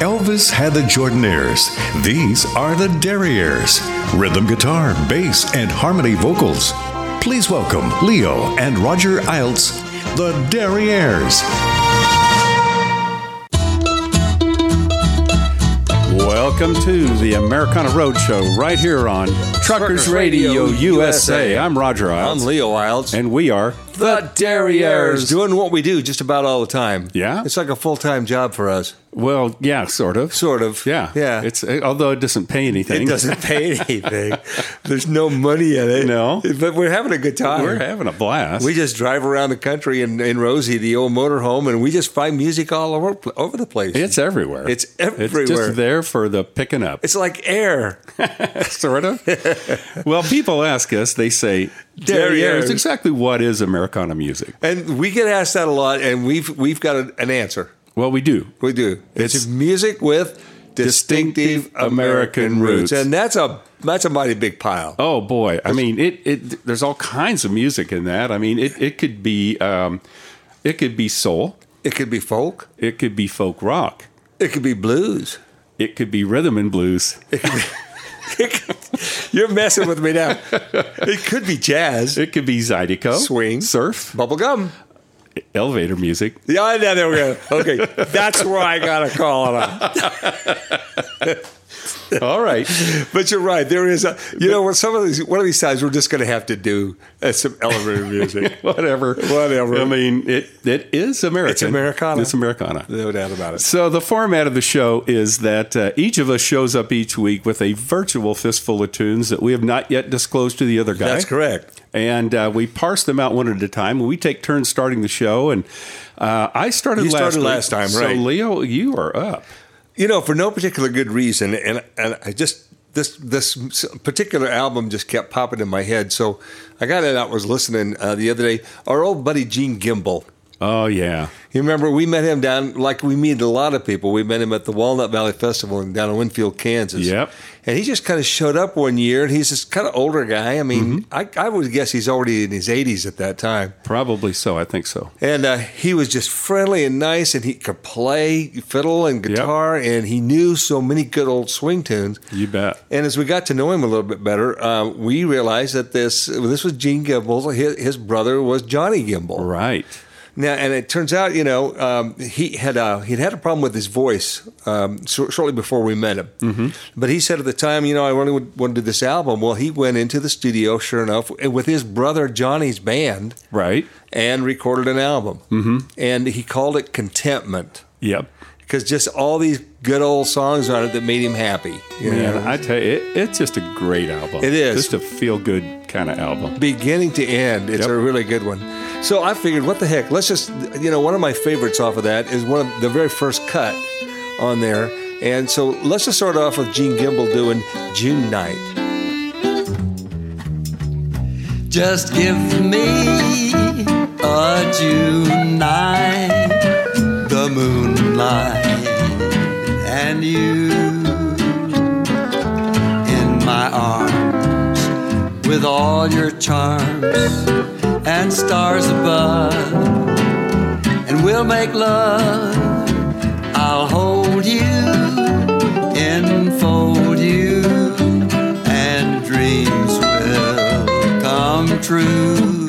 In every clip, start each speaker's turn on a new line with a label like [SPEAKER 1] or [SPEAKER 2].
[SPEAKER 1] Elvis had the Jordanaires. These are the Derriers. Rhythm guitar, bass, and harmony vocals. Please welcome Leo and Roger Iltz, the Derriers.
[SPEAKER 2] Welcome to the Americana Roadshow right here on Truckers, Radio, USA. I'm Roger Isles.
[SPEAKER 3] I'm Leo Wilds.
[SPEAKER 2] And we are
[SPEAKER 3] the Derriers. Doing what we do just about all the time.
[SPEAKER 2] Yeah?
[SPEAKER 3] It's like a full time job for us.
[SPEAKER 2] well, yeah, sort of.
[SPEAKER 3] Sort of.
[SPEAKER 2] Yeah,
[SPEAKER 3] Yeah.
[SPEAKER 2] It's although it doesn't pay anything.
[SPEAKER 3] it doesn't pay anything. There's no money in it.
[SPEAKER 2] No.
[SPEAKER 3] But we're having a good time.
[SPEAKER 2] We're having a blast.
[SPEAKER 3] we just drive around the country in, in Rosie, the old motorhome, and we just find music all over, over the place.
[SPEAKER 2] it's everywhere.
[SPEAKER 3] It's
[SPEAKER 2] It's
[SPEAKER 3] everywhere.
[SPEAKER 2] just there for the picking up,
[SPEAKER 3] It's like air.
[SPEAKER 2] sort of. well, people ask us. They say
[SPEAKER 3] Derriers.
[SPEAKER 2] Exactly what is Americana music?
[SPEAKER 3] And we get asked that a lot, and we've we've got an- an answer.
[SPEAKER 2] Well, we do.
[SPEAKER 3] We do. It's,
[SPEAKER 2] It's
[SPEAKER 3] music with distinctive,
[SPEAKER 2] distinctive
[SPEAKER 3] American,
[SPEAKER 2] American roots.
[SPEAKER 3] roots. and that's a that's a mighty big pile.
[SPEAKER 2] Oh boy! I mean, it, it. There's all kinds of music in that. I mean, it, it could be, um, it could be soul.
[SPEAKER 3] It could be folk.
[SPEAKER 2] It could be folk rock.
[SPEAKER 3] It could be blues.
[SPEAKER 2] It could be rhythm and blues.
[SPEAKER 3] You're messing with me now. It could be jazz,
[SPEAKER 2] It could be zydeco,
[SPEAKER 3] Swing.
[SPEAKER 2] surf,
[SPEAKER 3] bubblegum.
[SPEAKER 2] elevator music.
[SPEAKER 3] Yeah, no, there we go. Okay, that's where I got to call it out.
[SPEAKER 2] All right.
[SPEAKER 3] But you're right. There is a, you know, what some of these, one of these times we're just going to have to do uh, some elevator music.
[SPEAKER 2] Whatever.
[SPEAKER 3] Whatever.
[SPEAKER 2] I mean, it it is American.
[SPEAKER 3] It's Americana.
[SPEAKER 2] It's Americana.
[SPEAKER 3] no doubt about it.
[SPEAKER 2] So the format of the show is that uh, each of us shows up each week with a virtual fistful of tunes that we have not yet disclosed to the other guy.
[SPEAKER 3] That's correct.
[SPEAKER 2] and uh, we parse them out one at a time. We take turns starting the show, and uh, I started.
[SPEAKER 3] You
[SPEAKER 2] last
[SPEAKER 3] started
[SPEAKER 2] week.
[SPEAKER 3] last time, right.
[SPEAKER 2] So Leo, you are up.
[SPEAKER 3] You know, for no particular good reason, and and I just this this particular album just kept popping in my head. So I got it out. Was listening uh, the other day. Our old buddy Gene Gimble.
[SPEAKER 2] Oh yeah,
[SPEAKER 3] You remember we met him down like we meet a lot of people. We met him at the Walnut Valley Festival in down in Winfield, Kansas.
[SPEAKER 2] Yep.
[SPEAKER 3] And he just kind of showed up one year, and he's this kind of older guy. I mean, I, I would guess he's already in his 80s at that time.
[SPEAKER 2] Mm-hmm. probably so. I think so.
[SPEAKER 3] And uh, he was just friendly and nice, and he could play fiddle and guitar, and he knew so many good old swing tunes.
[SPEAKER 2] You bet.
[SPEAKER 3] And as we got to know him a little bit better, uh, we realized that this this was Gene Gimble. His, his brother was Johnny Gimble.
[SPEAKER 2] Right.
[SPEAKER 3] Now, and it turns out, you know, um, he had a, he'd had a problem with his voice um, shor- shortly before we met him. Mm-hmm. But he said at the time, you know, I really would want to do this album. Well, he went into the studio, sure enough, with his brother Johnny's band
[SPEAKER 2] Right.
[SPEAKER 3] and recorded an album. Mm-hmm. And he called it Contentment
[SPEAKER 2] Yep.
[SPEAKER 3] because just all these good old songs on it that made him happy. you know?
[SPEAKER 2] Man, I tell you, it, it's just a great album.
[SPEAKER 3] It is.
[SPEAKER 2] just a feel good kind of album.
[SPEAKER 3] beginning to end. It's
[SPEAKER 2] Yep.
[SPEAKER 3] a really good one. So I figured, what the heck? Let's just, you know, one of my favorites off of that is one of the very first cut on there. And so let's just start off with Gene Gimble doing June Night.
[SPEAKER 4] Just give me a June night, the moonlight, and you in my arms with all your charms and stars above, and we'll make love. I'll hold you, enfold you, and dreams will come true.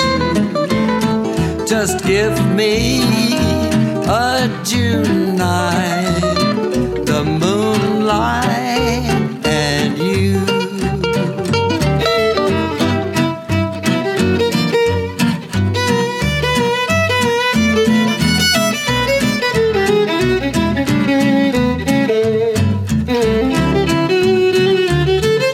[SPEAKER 4] Just give me a June night, the moonlight, and you.
[SPEAKER 5] Thank you.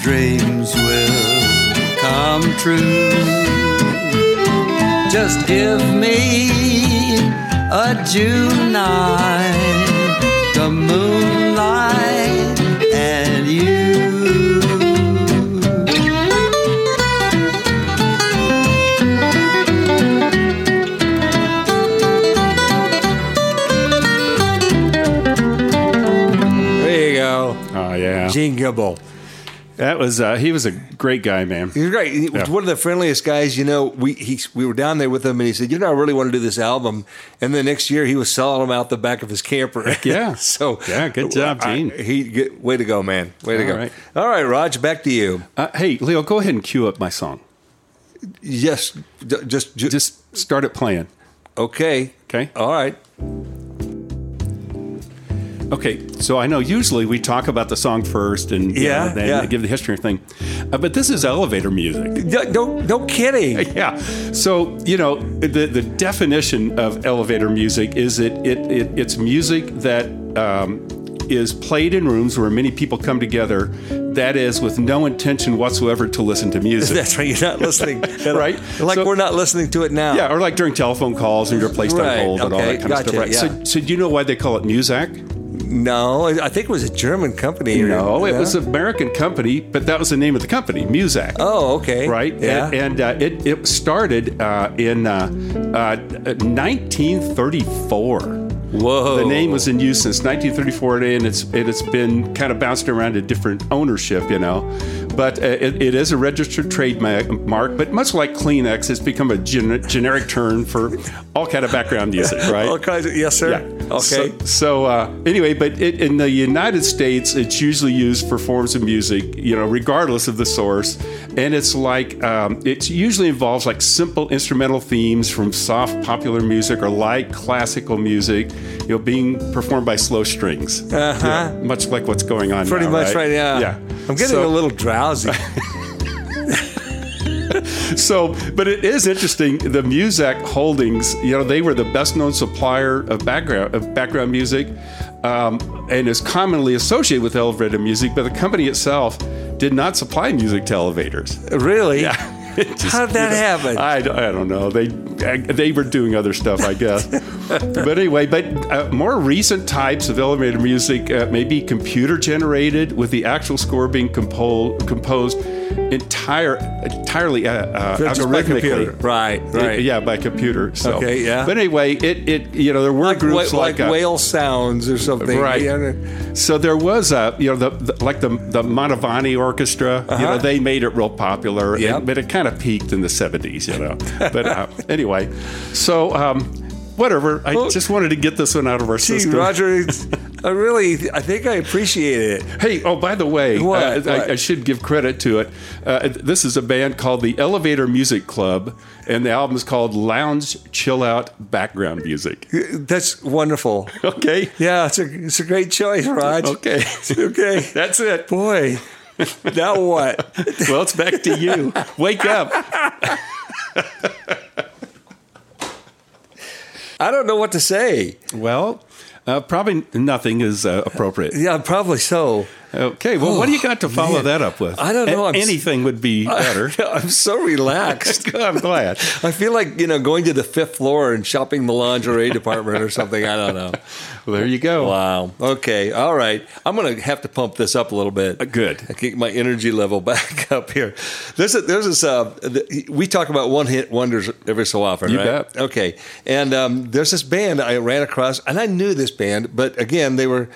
[SPEAKER 4] dreams will come true. Just give me a June night, the moonlight, and you.
[SPEAKER 3] There you go.
[SPEAKER 2] Oh yeah,
[SPEAKER 3] Gene Gimble.
[SPEAKER 2] that was uh, he was a great guy, man.
[SPEAKER 3] He's great. He was
[SPEAKER 2] Yeah.
[SPEAKER 3] one of the friendliest guys. You know, we he, we were down there with him, and he said, "You know, I really want to do this album." And the next year, he was selling them out the back of his camper.
[SPEAKER 2] yeah.
[SPEAKER 3] so
[SPEAKER 2] Yeah, good job,
[SPEAKER 3] I-
[SPEAKER 2] Gene.
[SPEAKER 3] he good, way to go, man. Way to
[SPEAKER 2] All
[SPEAKER 3] go.
[SPEAKER 2] right.
[SPEAKER 3] All right, Raj, back to you.
[SPEAKER 2] Uh, hey, Leo, go ahead and cue up my song.
[SPEAKER 3] Yes, ju- just ju-
[SPEAKER 2] Just start it playing.
[SPEAKER 3] okay.
[SPEAKER 2] Okay.
[SPEAKER 3] All right.
[SPEAKER 2] Okay, so I know usually we talk about the song first and you
[SPEAKER 3] Yeah,
[SPEAKER 2] know, then
[SPEAKER 3] yeah.
[SPEAKER 2] give the history and thing, uh, but this is elevator music.
[SPEAKER 3] No, no, no kidding.
[SPEAKER 2] Yeah, so you know the the definition of elevator music is it it, it it's music that um, is played in rooms where many people come together. That is with no intention whatsoever to listen to music.
[SPEAKER 3] That's right. You're not listening,
[SPEAKER 2] Right.
[SPEAKER 3] Like
[SPEAKER 2] So-
[SPEAKER 3] we're not listening to it now.
[SPEAKER 2] yeah, or like during telephone calls and you're placed
[SPEAKER 3] Right,
[SPEAKER 2] on hold and all
[SPEAKER 3] okay,
[SPEAKER 2] that kind
[SPEAKER 3] gotcha,
[SPEAKER 2] of stuff. Right.
[SPEAKER 3] yeah.
[SPEAKER 2] So, so do you know why they call it Muzak?
[SPEAKER 3] No, I I think it was a German company.
[SPEAKER 2] No, it
[SPEAKER 3] Yeah.
[SPEAKER 2] was an American company, but that was the name of the company, Muzak.
[SPEAKER 3] Oh, okay.
[SPEAKER 2] Right,
[SPEAKER 3] Yeah.
[SPEAKER 2] and, and uh, it it started uh, in uh, uh, 1934.
[SPEAKER 3] Whoa.
[SPEAKER 2] The name was in use since 1934, and it's it has been kind of bounced around to different ownership, you know. But uh, it, it is a registered trademark. But much like Kleenex, it's become a gen- generic term for all kind of background music, right?
[SPEAKER 3] All kinds of, yes, sir.
[SPEAKER 2] Yeah.
[SPEAKER 3] Okay.
[SPEAKER 2] So, so, uh, anyway, but it, in the United States, it's usually used for forms of music, you know, regardless of the source, and it's like um, it usually involves like simple instrumental themes from soft popular music or light classical music, you know, being performed by slow strings,
[SPEAKER 3] uh huh.
[SPEAKER 2] much like what's going on.
[SPEAKER 3] Pretty
[SPEAKER 2] now,
[SPEAKER 3] much right, now.
[SPEAKER 2] Yeah.
[SPEAKER 3] I'm getting
[SPEAKER 2] So-
[SPEAKER 3] a little drowsy.
[SPEAKER 2] So, but it is interesting. The Muzak Holdings, you know, they were the best known supplier of background of background music, um, and is commonly associated with elevator music. But the company itself did not supply music to elevators.
[SPEAKER 3] really?
[SPEAKER 2] It just-
[SPEAKER 3] How did that
[SPEAKER 2] you know,
[SPEAKER 3] happen?
[SPEAKER 2] I, don't- I don't know. They they were doing other stuff, I guess. but anyway, but uh, more recent types of elevator music uh, may be computer generated, with the actual score being compo- composed entire entirely uh, uh,
[SPEAKER 3] Just by computer.
[SPEAKER 2] algorithmically.
[SPEAKER 3] Right, right.
[SPEAKER 2] Yeah, by computer. So.
[SPEAKER 3] Okay, yeah.
[SPEAKER 2] But anyway, it, it you know there were
[SPEAKER 3] Like,
[SPEAKER 2] groups
[SPEAKER 3] wha- like,
[SPEAKER 2] like, uh,
[SPEAKER 3] whale sounds or something.
[SPEAKER 2] Right.
[SPEAKER 3] Yeah.
[SPEAKER 2] so there was a you know the, the like the the Montavani Orchestra. You know they made it real popular, and-
[SPEAKER 3] Uh-huh. Yep.
[SPEAKER 2] but it kind of peaked in the seventies. You know, but uh, anyway, so um, whatever. I
[SPEAKER 3] Well-
[SPEAKER 2] just wanted to get this one out of our
[SPEAKER 3] Gee,
[SPEAKER 2] system.
[SPEAKER 3] Roger, it's- I really, I think I appreciated it.
[SPEAKER 2] Hey, oh, by the way, uh,
[SPEAKER 3] What?
[SPEAKER 2] I-
[SPEAKER 3] What?
[SPEAKER 2] I, should give credit to it. Uh, this is a band called the Elevator Music Club, and the album is called Lounge Chill Out Background Music.
[SPEAKER 3] That's wonderful.
[SPEAKER 2] Okay.
[SPEAKER 3] Yeah, it's a, it's a great choice, Raj.
[SPEAKER 2] Okay.
[SPEAKER 3] okay.
[SPEAKER 2] That's it.
[SPEAKER 3] Boy, now what?
[SPEAKER 2] Well, it's back to you. Wake up.
[SPEAKER 3] I don't know what to say.
[SPEAKER 2] Well, uh, probably nothing is uh, appropriate.
[SPEAKER 3] Yeah, probably so. oh,
[SPEAKER 2] Okay. Well, what do you got to follow that up with?
[SPEAKER 3] I don't know,
[SPEAKER 2] A-
[SPEAKER 3] I'm s-
[SPEAKER 2] Anything would be better.
[SPEAKER 3] I'm so relaxed.
[SPEAKER 2] I'm glad.
[SPEAKER 3] I feel like, you know, going to the fifth floor and shopping the lingerie department or something. I don't know.
[SPEAKER 2] Well, there you go.
[SPEAKER 3] Wow. Okay. All right. I'm going to have to pump this up a little bit.
[SPEAKER 2] Uh, good.
[SPEAKER 3] I get my energy level back up here. There's a, there's this. Uh, the, we talk about one hit wonders every so often,
[SPEAKER 2] You
[SPEAKER 3] right?
[SPEAKER 2] bet.
[SPEAKER 3] Okay. And um, there's this band I ran across, and I knew this band, but again, they were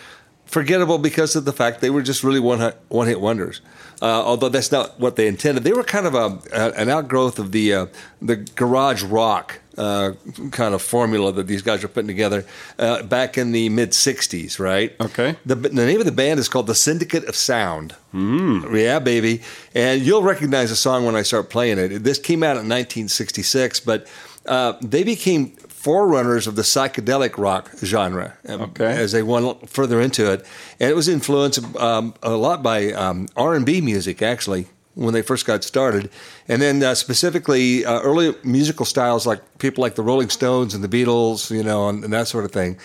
[SPEAKER 3] forgettable because of the fact they were just really one hit, one hit wonders. Uh, although that's not what they intended, they were kind of a, a, an outgrowth of the uh, the garage rock uh, kind of formula that these guys were putting together uh, back in the mid '60s, right?
[SPEAKER 2] Okay.
[SPEAKER 3] The, the name of the band is called the Syndicate of Sound. Mm. Yeah, baby. And you'll recognize the song when I start playing it. This came out in 1966, but uh, they became forerunners of the psychedelic rock genre um,
[SPEAKER 2] Okay.
[SPEAKER 3] as they went further into it. And it was influenced um, a lot by um, R&B music, actually. When they first got started, and then uh, specifically uh, early musical styles like people like the Rolling Stones and the Beatles, you know, and, and that sort of thing,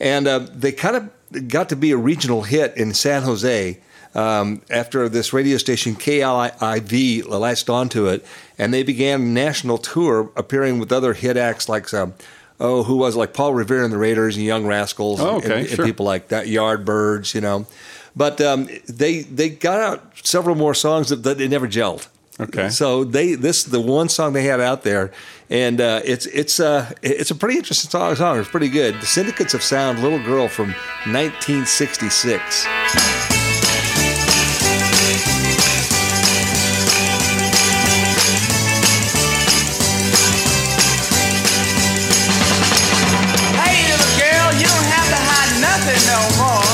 [SPEAKER 3] and uh, they kind of got to be a regional hit in San Jose, um, after this radio station KLIV latched onto it, and they began a national tour appearing with other hit acts like um, oh, who was it? like Paul Revere and the Raiders and Young Rascals,
[SPEAKER 2] Oh,
[SPEAKER 3] and-
[SPEAKER 2] okay,
[SPEAKER 3] and,
[SPEAKER 2] sure.
[SPEAKER 3] people like that, Yardbirds, you know. But um, they they got out several more songs that, that they never gelled.
[SPEAKER 2] Okay.
[SPEAKER 3] So they this is the one song they had out there, and uh, it's it's uh, it's a pretty interesting song. song. It's pretty good. The Syndicates of Sound, Little Girl from 1966.
[SPEAKER 6] Hey, little girl, you don't have to hide nothing no more.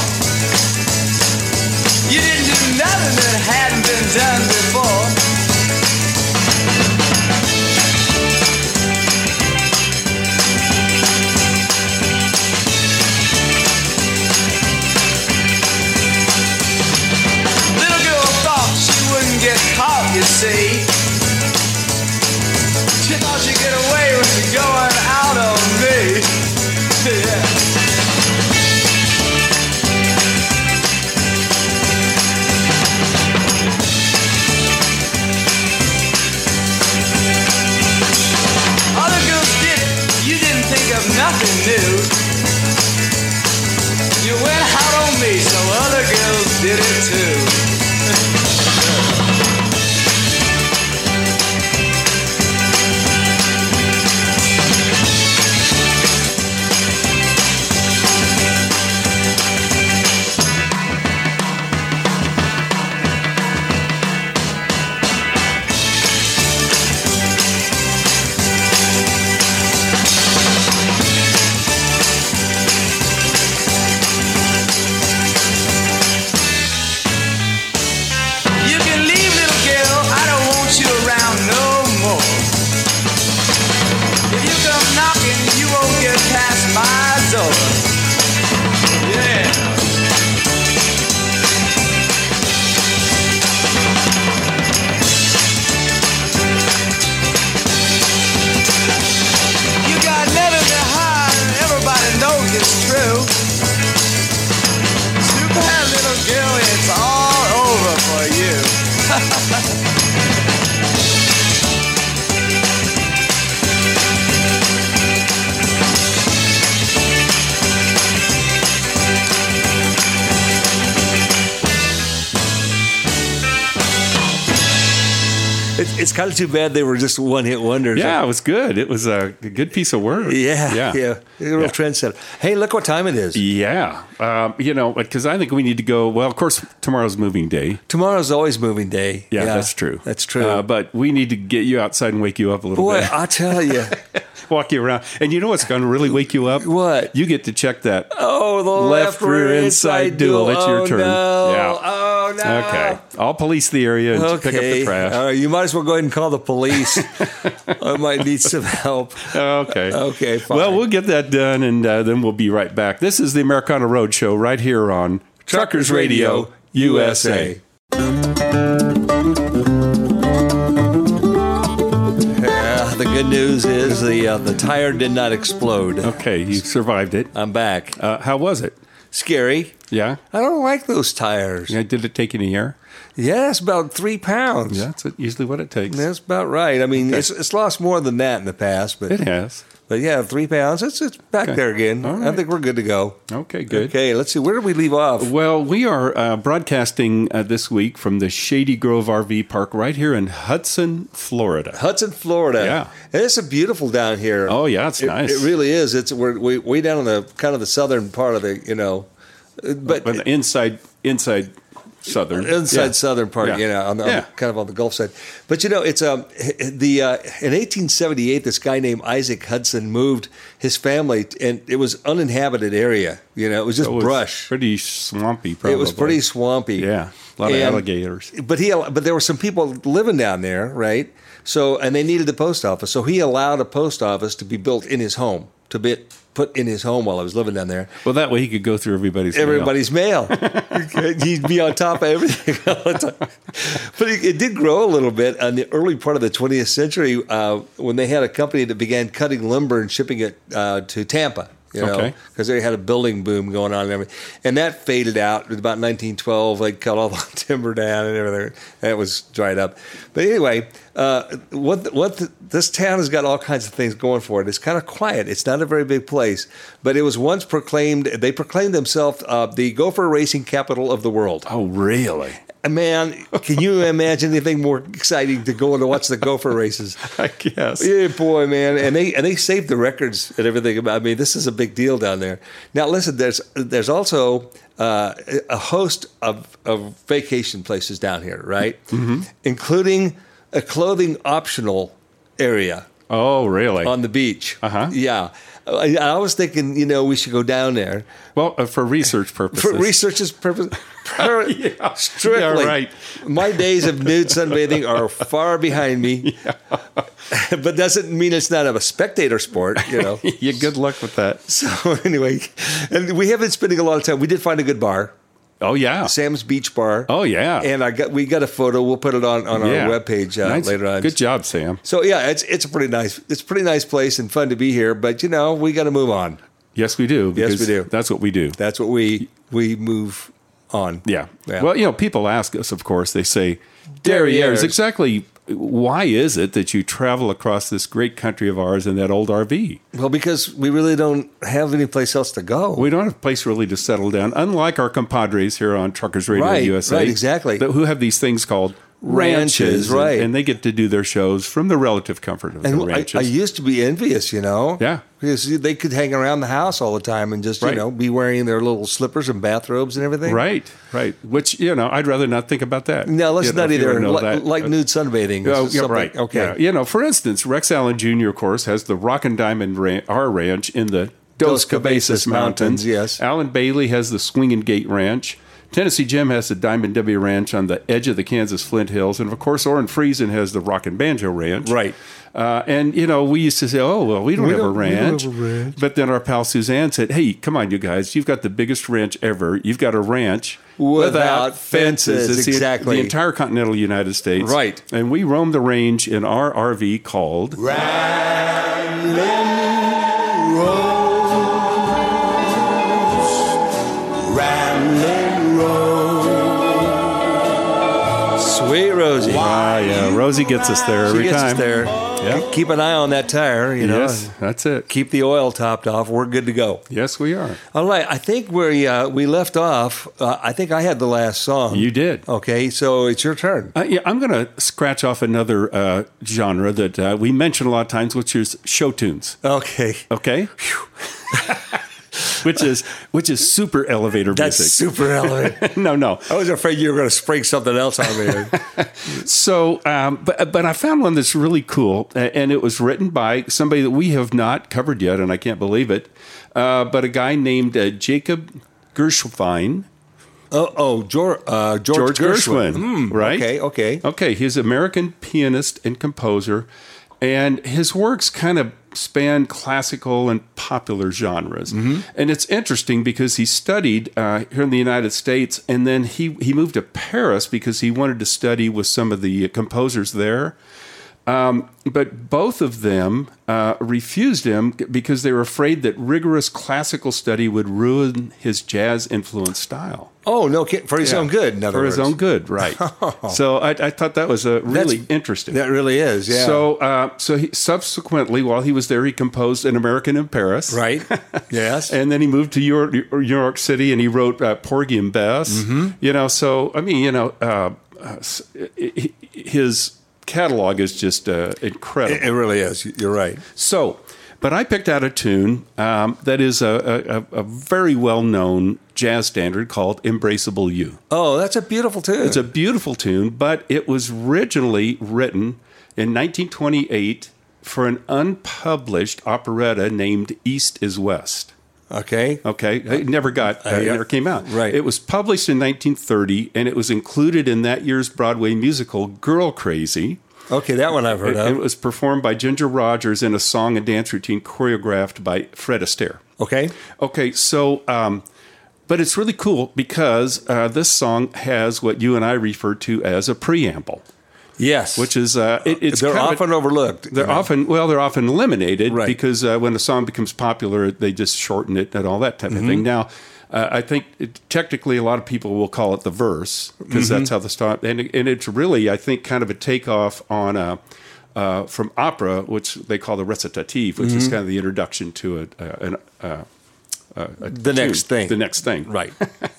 [SPEAKER 6] You didn't do nothing that hadn't been done before. Little girl thought she wouldn't get caught, you see. She thought she'd get away with going out on me. Yeah. Other girls did it. You didn't think of nothing new. You went out on me, so other girls did it too. You can leave, little girl. I don't want you around no more. If you come knocking, you won't get past my door. Yeah. You got nothing to hide, and everybody knows it's true. Too bad, little girl, it's all over for you.
[SPEAKER 3] It's, it's kind of too bad they were just one hit wonders.
[SPEAKER 2] Yeah, it was good. It was a good piece of work.
[SPEAKER 3] Yeah, yeah,
[SPEAKER 2] Yeah.
[SPEAKER 3] yeah. A real
[SPEAKER 2] Yeah.
[SPEAKER 3] trendsetter. Hey, look what time it is.
[SPEAKER 2] Yeah. Um, you know, because I think we need to go. Well, of course, tomorrow's moving day.
[SPEAKER 3] Tomorrow's always moving day.
[SPEAKER 2] Yeah, that's true.
[SPEAKER 3] That's true.
[SPEAKER 2] Uh, but we need to get you outside and wake you up a little
[SPEAKER 3] Boy,
[SPEAKER 2] bit.
[SPEAKER 3] I tell you,
[SPEAKER 2] Walk you around. And you know what's going to really wake you up?
[SPEAKER 3] What?
[SPEAKER 2] You get to check that.
[SPEAKER 3] oh, the left,
[SPEAKER 2] Left rear inside dual. It's your
[SPEAKER 3] Oh,
[SPEAKER 2] turn.
[SPEAKER 3] No.
[SPEAKER 2] Yeah.
[SPEAKER 3] Oh no.
[SPEAKER 2] Okay. I'll police the area and
[SPEAKER 3] Okay.
[SPEAKER 2] pick up the trash.
[SPEAKER 3] All right. You might as well go ahead and call the police. I might need some help.
[SPEAKER 2] Okay.
[SPEAKER 3] Okay, fine.
[SPEAKER 2] Well, we'll get that done and uh, then we'll be right back. This is the Americana Roadshow right here on Truckers Radio USA.
[SPEAKER 3] Yeah, Uh, the good news is the uh, the tire did not explode.
[SPEAKER 2] Okay, you survived it.
[SPEAKER 3] I'm back.
[SPEAKER 2] Uh, how was it?
[SPEAKER 3] Scary.
[SPEAKER 2] Yeah.
[SPEAKER 3] I don't like those tires.
[SPEAKER 2] Yeah, Did it take any air?
[SPEAKER 3] Yeah, it's about three pounds.
[SPEAKER 2] Yeah, that's usually what it takes.
[SPEAKER 3] That's about right. I mean, it's, it's lost more than that in the past, but
[SPEAKER 2] It has.
[SPEAKER 3] but yeah, three pounds. It's it's back
[SPEAKER 2] Okay.
[SPEAKER 3] there again.
[SPEAKER 2] All
[SPEAKER 3] I
[SPEAKER 2] right.
[SPEAKER 3] think we're good to go.
[SPEAKER 2] Okay, good.
[SPEAKER 3] Okay, let's see. Where did we leave off?
[SPEAKER 2] Well, we are uh, broadcasting uh, this week from the Shady Grove RV Park right here in Hudson, Florida.
[SPEAKER 3] Hudson, Florida.
[SPEAKER 2] Yeah.
[SPEAKER 3] And it's a beautiful down here.
[SPEAKER 2] Oh, yeah, it's
[SPEAKER 3] it,
[SPEAKER 2] nice.
[SPEAKER 3] It really is. It's we're way, way down in the kind of the southern part of the you know, uh, but.
[SPEAKER 2] But inside, inside southern.
[SPEAKER 3] Inside
[SPEAKER 2] Yeah.
[SPEAKER 3] southern part,
[SPEAKER 2] Yeah.
[SPEAKER 3] you know, on the, on the-
[SPEAKER 2] yeah.
[SPEAKER 3] kind of on the Gulf side, but you know, it's um the uh, in 1878 this guy named Isaac Hudson moved his family, and it was uninhabited area. You know, it was just
[SPEAKER 2] So it's
[SPEAKER 3] brush.
[SPEAKER 2] Pretty swampy, probably.
[SPEAKER 3] It was pretty swampy.
[SPEAKER 2] Yeah, a lot of
[SPEAKER 3] And-
[SPEAKER 2] alligators.
[SPEAKER 3] But he, but there were some people living down there, right? So, and they needed a post office. So he allowed a post office to be built in his home, to be put in his home while I was living down there.
[SPEAKER 2] Well, that way he could go through everybody's. mail.
[SPEAKER 3] Everybody's mail. He'd be on top of everything all the time. But it, it did grow a little bit in the early part of the 20th century uh, when they had a company that began cutting lumber and shipping it uh, to Tampa. you know,
[SPEAKER 2] Okay.
[SPEAKER 3] because they had a building boom going on and everything. And that faded out in about 1912. They cut all the timber down and everything. That was dried up. But anyway, uh, what the, what the, this town has got all kinds of things going for it. It's kind of quiet. It's not a very big place, but it was once proclaimed. They proclaimed themselves uh, the gopher racing capital of the world.
[SPEAKER 2] Oh, really?
[SPEAKER 3] Man, can you imagine anything more exciting to go and watch the gopher races?
[SPEAKER 2] I guess.
[SPEAKER 3] Yeah, boy, man, and they and they saved the records and everything. I mean, this is a big deal down there. Now, listen, there's there's also uh, a host of of vacation places down here, right? Including a clothing optional area
[SPEAKER 2] Oh, really?
[SPEAKER 3] on the beach.
[SPEAKER 2] Uh-huh.
[SPEAKER 3] Yeah, I, I was thinking, you know, we should go down there
[SPEAKER 2] well, uh, for research purposes.
[SPEAKER 3] for research's purpose. per-
[SPEAKER 2] Yeah.
[SPEAKER 3] Strictly,
[SPEAKER 2] Yeah, right.
[SPEAKER 3] my days of nude sunbathing are far behind me. but doesn't mean it's not a spectator sport, you know.
[SPEAKER 2] yeah, good luck with that.
[SPEAKER 3] so anyway, and we have been spending a lot of time. We did find a good bar,
[SPEAKER 2] Oh, yeah.
[SPEAKER 3] Sam's Beach Bar.
[SPEAKER 2] Oh, yeah.
[SPEAKER 3] and I got we got a photo. We'll put it on on
[SPEAKER 2] yeah.
[SPEAKER 3] our webpage uh,
[SPEAKER 2] Nice.
[SPEAKER 3] later on.
[SPEAKER 2] Good job, Sam.
[SPEAKER 3] So yeah, it's it's a pretty nice it's a pretty nice place and fun to be here. But you know, we got to move on.
[SPEAKER 2] Yes, we do.
[SPEAKER 3] Yes, we
[SPEAKER 2] because
[SPEAKER 3] do.
[SPEAKER 2] That's what we do.
[SPEAKER 3] That's what we we move on.
[SPEAKER 2] Yeah.
[SPEAKER 3] Yeah.
[SPEAKER 2] Well, you know, people ask us, of course, they say, Derrieres,
[SPEAKER 3] Derrieres.
[SPEAKER 2] exactly why is it that you travel across this great country of ours in that old RV?
[SPEAKER 3] Well, because we really don't have any place else to go.
[SPEAKER 2] We don't have a place really to settle down, unlike our compadres here on Truckers Radio
[SPEAKER 3] Right,
[SPEAKER 2] USA.
[SPEAKER 3] right, exactly.
[SPEAKER 2] that- who have these things called ranches.
[SPEAKER 3] Ranches,
[SPEAKER 2] and-
[SPEAKER 3] right.
[SPEAKER 2] And, they get to do their shows from the relative comfort of
[SPEAKER 3] And
[SPEAKER 2] the
[SPEAKER 3] I, I
[SPEAKER 2] ranches.
[SPEAKER 3] used to be envious, you know.
[SPEAKER 2] Yeah.
[SPEAKER 3] Because they could hang around the house all the time and just,
[SPEAKER 2] Right.
[SPEAKER 3] you know, be wearing their little slippers and bathrobes and everything.
[SPEAKER 2] right, right. Which, you know, I'd rather not think about that.
[SPEAKER 3] No, let's
[SPEAKER 2] You know,
[SPEAKER 3] not
[SPEAKER 2] if you
[SPEAKER 3] either.
[SPEAKER 2] ever know
[SPEAKER 3] Like,
[SPEAKER 2] that.
[SPEAKER 3] like
[SPEAKER 2] Uh,
[SPEAKER 3] nude sunbathing. This
[SPEAKER 2] Oh,
[SPEAKER 3] is
[SPEAKER 2] yeah,
[SPEAKER 3] something-
[SPEAKER 2] right.
[SPEAKER 3] Okay.
[SPEAKER 2] Yeah. You know, for instance, Rex Allen Jr., of course, has the Rock and Diamond Ran- R Ranch in the
[SPEAKER 3] Dos
[SPEAKER 2] Dos Cabezas
[SPEAKER 3] Cabezas
[SPEAKER 2] Mountains.
[SPEAKER 3] Mountains, yes.
[SPEAKER 2] Alan Bailey has the Swing and Gate Ranch. Tennessee Jim has the Diamond W Ranch on the edge of the Kansas Flint Hills. And of course, Orrin Friesen has the Rock and Banjo Ranch.
[SPEAKER 3] Right.
[SPEAKER 2] Uh, and, you know, we used to say, oh, well, we don't, have,
[SPEAKER 3] don't-
[SPEAKER 2] a
[SPEAKER 3] we don't
[SPEAKER 2] ranch.
[SPEAKER 3] have a ranch.
[SPEAKER 2] But then our pal Suzanne said, hey, come on, you guys. You've got the biggest ranch ever. You've got a ranch
[SPEAKER 3] Without fences.
[SPEAKER 2] It's the-
[SPEAKER 3] Exactly.
[SPEAKER 2] The entire continental United States.
[SPEAKER 3] Right.
[SPEAKER 2] And we roam the range in our RV called.
[SPEAKER 3] Sweet Rosie.
[SPEAKER 2] Ah, yeah. Rosie gets us there
[SPEAKER 3] She
[SPEAKER 2] every
[SPEAKER 3] gets us
[SPEAKER 2] time.
[SPEAKER 3] there.
[SPEAKER 2] Yeah.
[SPEAKER 3] Keep an eye on that tire, you know.
[SPEAKER 2] Yes, that's it.
[SPEAKER 3] Keep the oil topped off. We're good to go.
[SPEAKER 2] Yes, we are.
[SPEAKER 3] All right. I think we uh, we left off. Uh, I think I had the last song.
[SPEAKER 2] You did.
[SPEAKER 3] Okay. So it's your turn.
[SPEAKER 2] Uh, yeah, I'm going to scratch off another uh, genre that uh, we mention a lot of times, which is show tunes.
[SPEAKER 3] Okay.
[SPEAKER 2] Okay. which is which is super elevator
[SPEAKER 3] That's
[SPEAKER 2] music.
[SPEAKER 3] super elegant.
[SPEAKER 2] no, no.
[SPEAKER 3] I was afraid you were going to spring something else on me.
[SPEAKER 2] So, um, but but I found one that's really cool, a- and it was written by somebody that we have not covered yet, and I can't believe it. Uh, but a guy named uh, Jacob Gershwin,
[SPEAKER 3] Oh, oh, George, uh, George,
[SPEAKER 2] George Gershwin,
[SPEAKER 3] Gershwin. Hmm,
[SPEAKER 2] right?
[SPEAKER 3] Okay, okay.
[SPEAKER 2] Okay, he's an American pianist and composer, and his works kind of span classical and popular genres.
[SPEAKER 3] Mm-hmm.
[SPEAKER 2] And it's interesting because he studied uh, here in the United States, and then he he moved to Paris because he wanted to study with some of the uh, composers there. Um, but both of them uh, refused him because they were afraid that rigorous classical study would ruin his jazz influenced style
[SPEAKER 3] Oh, no, kid- for his
[SPEAKER 2] Yeah.
[SPEAKER 3] own good. In other
[SPEAKER 2] for
[SPEAKER 3] words.
[SPEAKER 2] his own good, right? so I, I thought that was a really
[SPEAKER 3] Oh. That's-
[SPEAKER 2] interesting.
[SPEAKER 3] That really is, yeah.
[SPEAKER 2] So, uh, so he, subsequently, while he was there, he composed "An American in Paris,"
[SPEAKER 3] right? yes.
[SPEAKER 2] And then he moved to York, New York City, and he wrote uh, "Porgy and Bess."
[SPEAKER 3] Mm-hmm.
[SPEAKER 2] You know, so I mean, you know, uh, uh, s- h- his catalog is just uh, incredible.
[SPEAKER 3] it really is. You're right.
[SPEAKER 2] So, but I picked out a tune um, that is a, a, a a very well-known jazz standard called "Embraceable You."
[SPEAKER 3] Oh, that's a beautiful tune.
[SPEAKER 2] It's a beautiful tune, but it was originally written in 1928 for an unpublished operetta named East is West.
[SPEAKER 3] okay.
[SPEAKER 2] Okay, it never got,
[SPEAKER 3] Uh,
[SPEAKER 2] it
[SPEAKER 3] yeah.
[SPEAKER 2] never came out.
[SPEAKER 3] Right.
[SPEAKER 2] It was published in 1930, and it was included in that year's Broadway musical Girl Crazy.
[SPEAKER 3] Okay, that one I've heard
[SPEAKER 2] It, it
[SPEAKER 3] of.
[SPEAKER 2] was performed by Ginger Rogers in a song and dance routine choreographed by Fred Astaire.
[SPEAKER 3] Okay.
[SPEAKER 2] Okay, so, um, but it's really cool because uh, this song has what you and I refer to as a preamble.
[SPEAKER 3] Yes.
[SPEAKER 2] which is uh, it, it's
[SPEAKER 3] they're
[SPEAKER 2] kind of a-
[SPEAKER 3] often overlooked.
[SPEAKER 2] they're often well, they're often eliminated
[SPEAKER 3] Right.
[SPEAKER 2] because uh, when a song becomes popular, they just shorten it and all that type
[SPEAKER 3] Mm-hmm.
[SPEAKER 2] of thing. Now, uh, I think it, technically a lot of people will call it the verse because that's how the start and and it's really I think kind of a takeoff on. Uh, uh, from opera, which they call the recitative, which
[SPEAKER 3] Mm-hmm.
[SPEAKER 2] is kind of the introduction to a, a, an, uh,
[SPEAKER 3] the next
[SPEAKER 2] tune,
[SPEAKER 3] thing.
[SPEAKER 2] The next thing,
[SPEAKER 3] Right.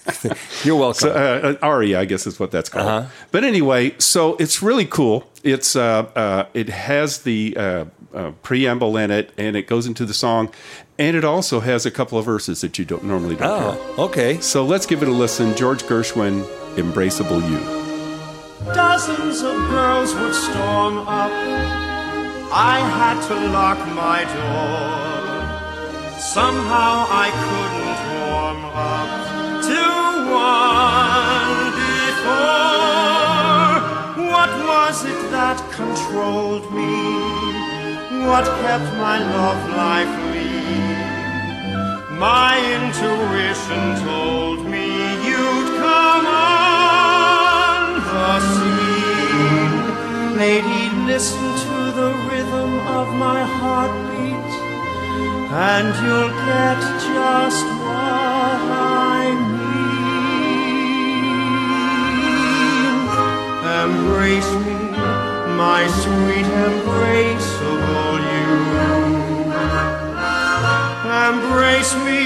[SPEAKER 3] You're welcome. Uh-huh.
[SPEAKER 2] so, uh, an aria, I guess is what that's called. But anyway, so it's really cool. It's uh, uh, it has the uh, uh, preamble in it, and it goes into the song, and it also has a couple of verses that you don't normally don't hear.
[SPEAKER 3] oh, okay.
[SPEAKER 2] So let's give it a listen. George Gershwin, "Embraceable You."
[SPEAKER 5] Dozens of girls would storm up. I had to lock my door. Somehow I couldn't warm up to one before. What was it that controlled me? What kept my love life lean? My intuition told me you'd come on the scene. Lady, listen to the rhythm of my heartbeat, and you'll get just what I need. Embrace me, my sweet embraceable you. Embrace me,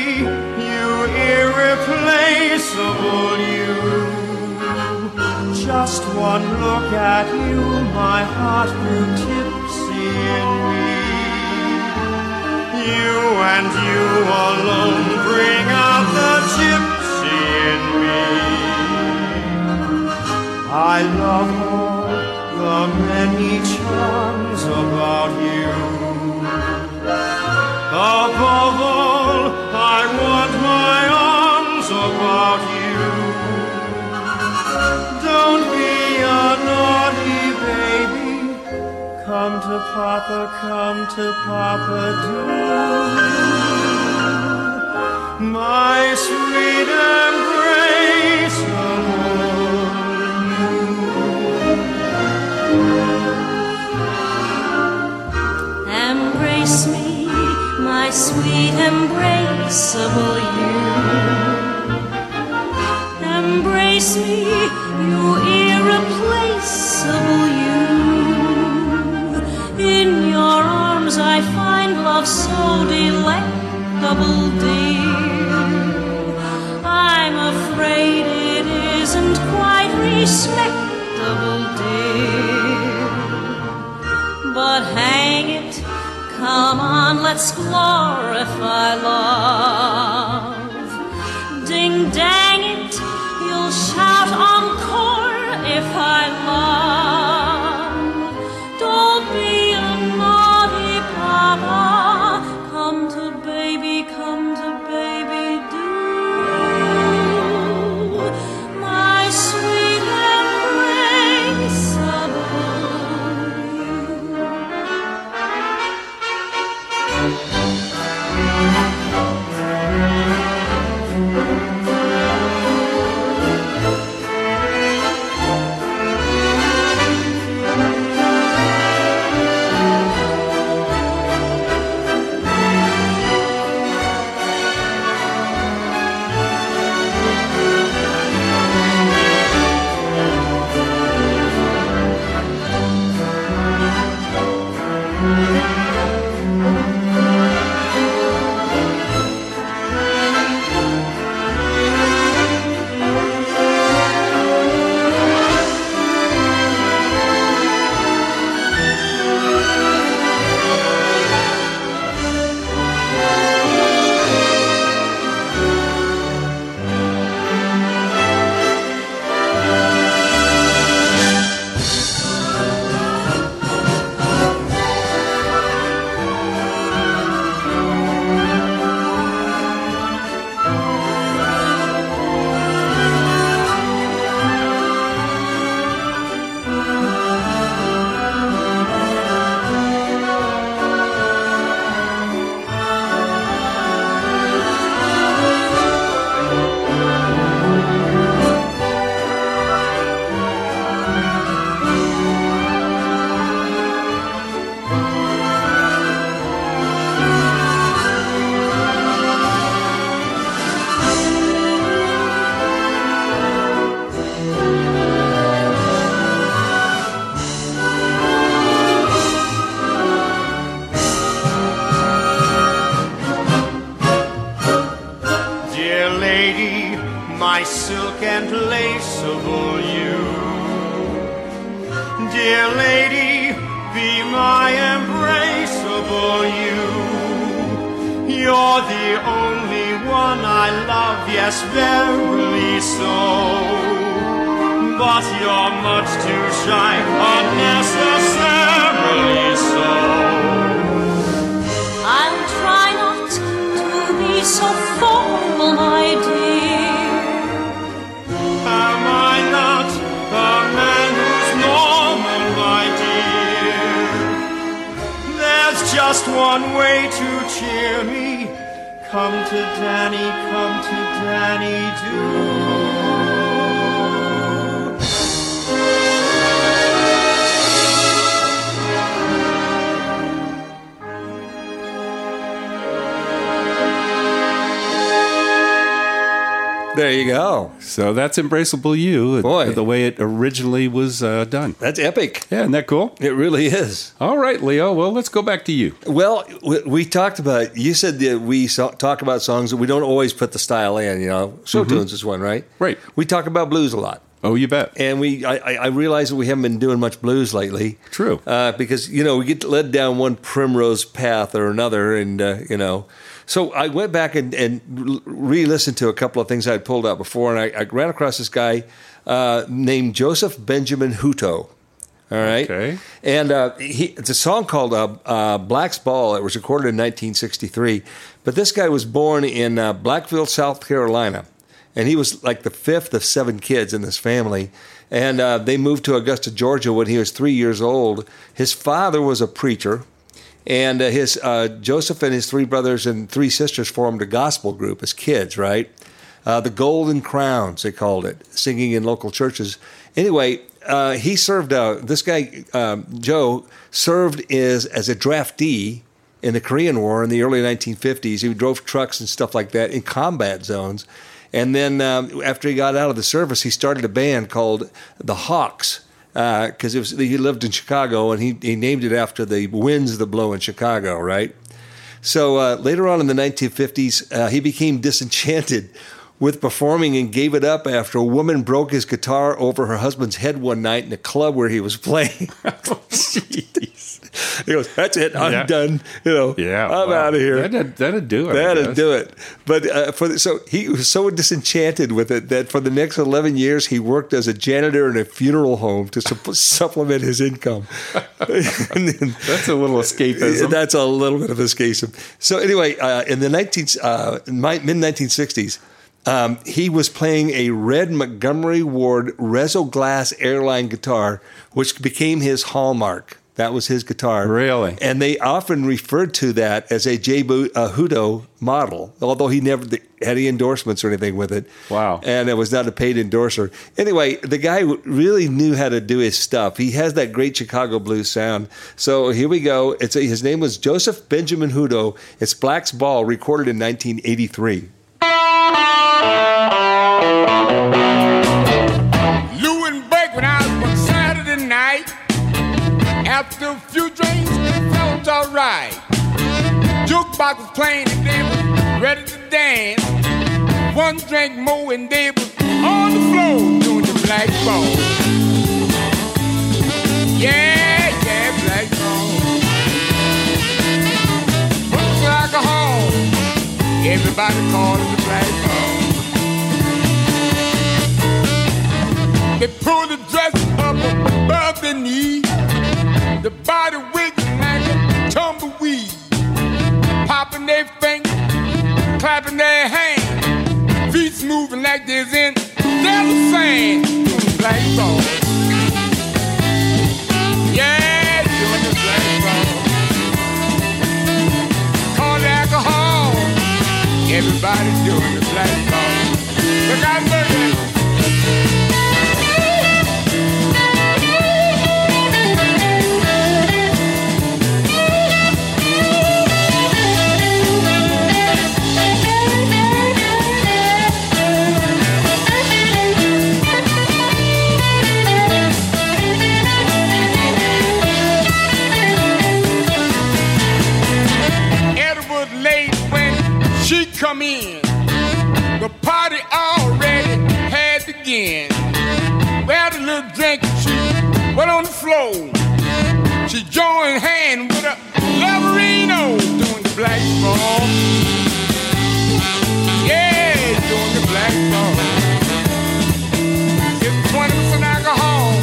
[SPEAKER 5] you irreplaceable you. Just one look at you, my heart grew tipsy in me. You and you alone bring out the gypsy in me. I love all the many charms about you. Above all, I want my arms about you. Don't be a naughty baby. Come to Papa, come to Papa, do. My sweet embrace. oh,
[SPEAKER 7] Embrace me, my sweet embraceable you. Embrace me, you irreplaceable you. In your arms I find love so delectable, dear. I'm afraid it isn't quite respectable, dear. But hang it, come on, let's glorify love. Ding dang it, you'll shout encore if I love. Don't be a naughty papa, come to baby, come to baby, do. My sweet embraceable you.
[SPEAKER 5] and laceable you. Dear lady, be my embraceable you. You're the only one I love, yes, verily so. But you're much too shy, unnecessarily so.
[SPEAKER 7] I'll try not to be so formal, my dear.
[SPEAKER 5] Am I not a man who's normal, my dear? There's just one way to cheer me. Come to Danny, come to Danny, do.
[SPEAKER 3] There you go.
[SPEAKER 2] So that's embraceable you, uh,
[SPEAKER 3] Boy.
[SPEAKER 2] the way it originally was uh, done.
[SPEAKER 3] That's epic.
[SPEAKER 2] Yeah, isn't that cool?
[SPEAKER 3] It really is.
[SPEAKER 2] All right, Leo. Well, let's go back to you.
[SPEAKER 3] Well, we, we talked about. You said that we so, talk about songs that we don't always put the style in. You know, show tunes is one, right?
[SPEAKER 2] Mm-hmm. Right.
[SPEAKER 3] We talk about blues a lot.
[SPEAKER 2] Oh, you bet.
[SPEAKER 3] and we I, I- I realize that we haven't been doing much blues lately.
[SPEAKER 2] True.
[SPEAKER 3] uh, because you know we get led down one primrose path or another, and uh, you know. So I went back and, and re-listened to a couple of things I'd pulled out before, and I, I ran across this guy uh, named Joseph Benjamin Hutto. All right.
[SPEAKER 2] Okay.
[SPEAKER 3] And uh, he, it's a song called uh, uh, Black's Ball. It was recorded in 1963. But this guy was born in uh, Blackville, South Carolina. And he was like the fifth of seven kids in this family. And uh, they moved to Augusta, Georgia when he was three years old. His father was a preacher. And uh, his uh, Joseph and his three brothers and three sisters formed a gospel group as kids, right? Uh, the Golden Crowns, they called it, singing in local churches. Anyway, uh, he served, uh, this guy, um, Joe, served as, as a draftee in the Korean War in the early 1950s. He drove trucks and stuff like that in combat zones. And then um, after he got out of the service, he started a band called the Hawks because Uh, it was he lived in Chicago and he, he named it after the winds that blow in Chicago, right? So uh, later on in the 1950s, uh, he became disenchanted with performing and gave it up after a woman broke his guitar over her husband's head one night in a club where he was playing. he goes, "That's it, I'm
[SPEAKER 2] Oh, Yeah.
[SPEAKER 3] done. You know,
[SPEAKER 2] Yeah,
[SPEAKER 3] I'm
[SPEAKER 2] wow.
[SPEAKER 3] out of here."
[SPEAKER 2] That'd, that'd do it. I
[SPEAKER 3] That'd
[SPEAKER 2] guess.
[SPEAKER 3] do it. But uh, for the, so he was so disenchanted with it that for the next eleven years he worked as a janitor in a funeral home to supp- supplement his income. And then-
[SPEAKER 2] That's a little escapism.
[SPEAKER 3] that's a little bit of escapism. So anyway, uh, in the 19, uh, mid 1960s, um, he was playing a red Montgomery Ward Rezo Glass airline guitar, which became his hallmark. That was his guitar.
[SPEAKER 2] Really?
[SPEAKER 3] And they often referred to that as a J. Bo- uh, Hudo model, although he never had any endorsements or anything with it.
[SPEAKER 2] Wow.
[SPEAKER 3] And it was not a paid endorser. Anyway, the guy really knew how to do his stuff. He has that great Chicago blues sound. So here we go. It's his name was Joseph Benjamin Hudo. It's Black's Ball, recorded in 1983.
[SPEAKER 8] Lou and Burke went out one Saturday night. After a few drinks, it felt alright. Jukebox was playing and they was ready to dance. One drink more and they was on the floor doing the black ball. Yeah, yeah, black ball. What's alcohol? Everybody called it the black ball. They pull the dress up above the knee. The body wiggling like a tumbleweed. Popping their fingers, clapping their hands. Feet moving like they's in the sand. Doing the black ball. Yeah, doing the black ball. Call the alcohol. Everybody doing the black ball. Look out, look at 'em.
[SPEAKER 7] Thank you.
[SPEAKER 8] She joined hand with a Loverino doing the black ball. Yeah, doing the black ball. Get 20 percent alcohol.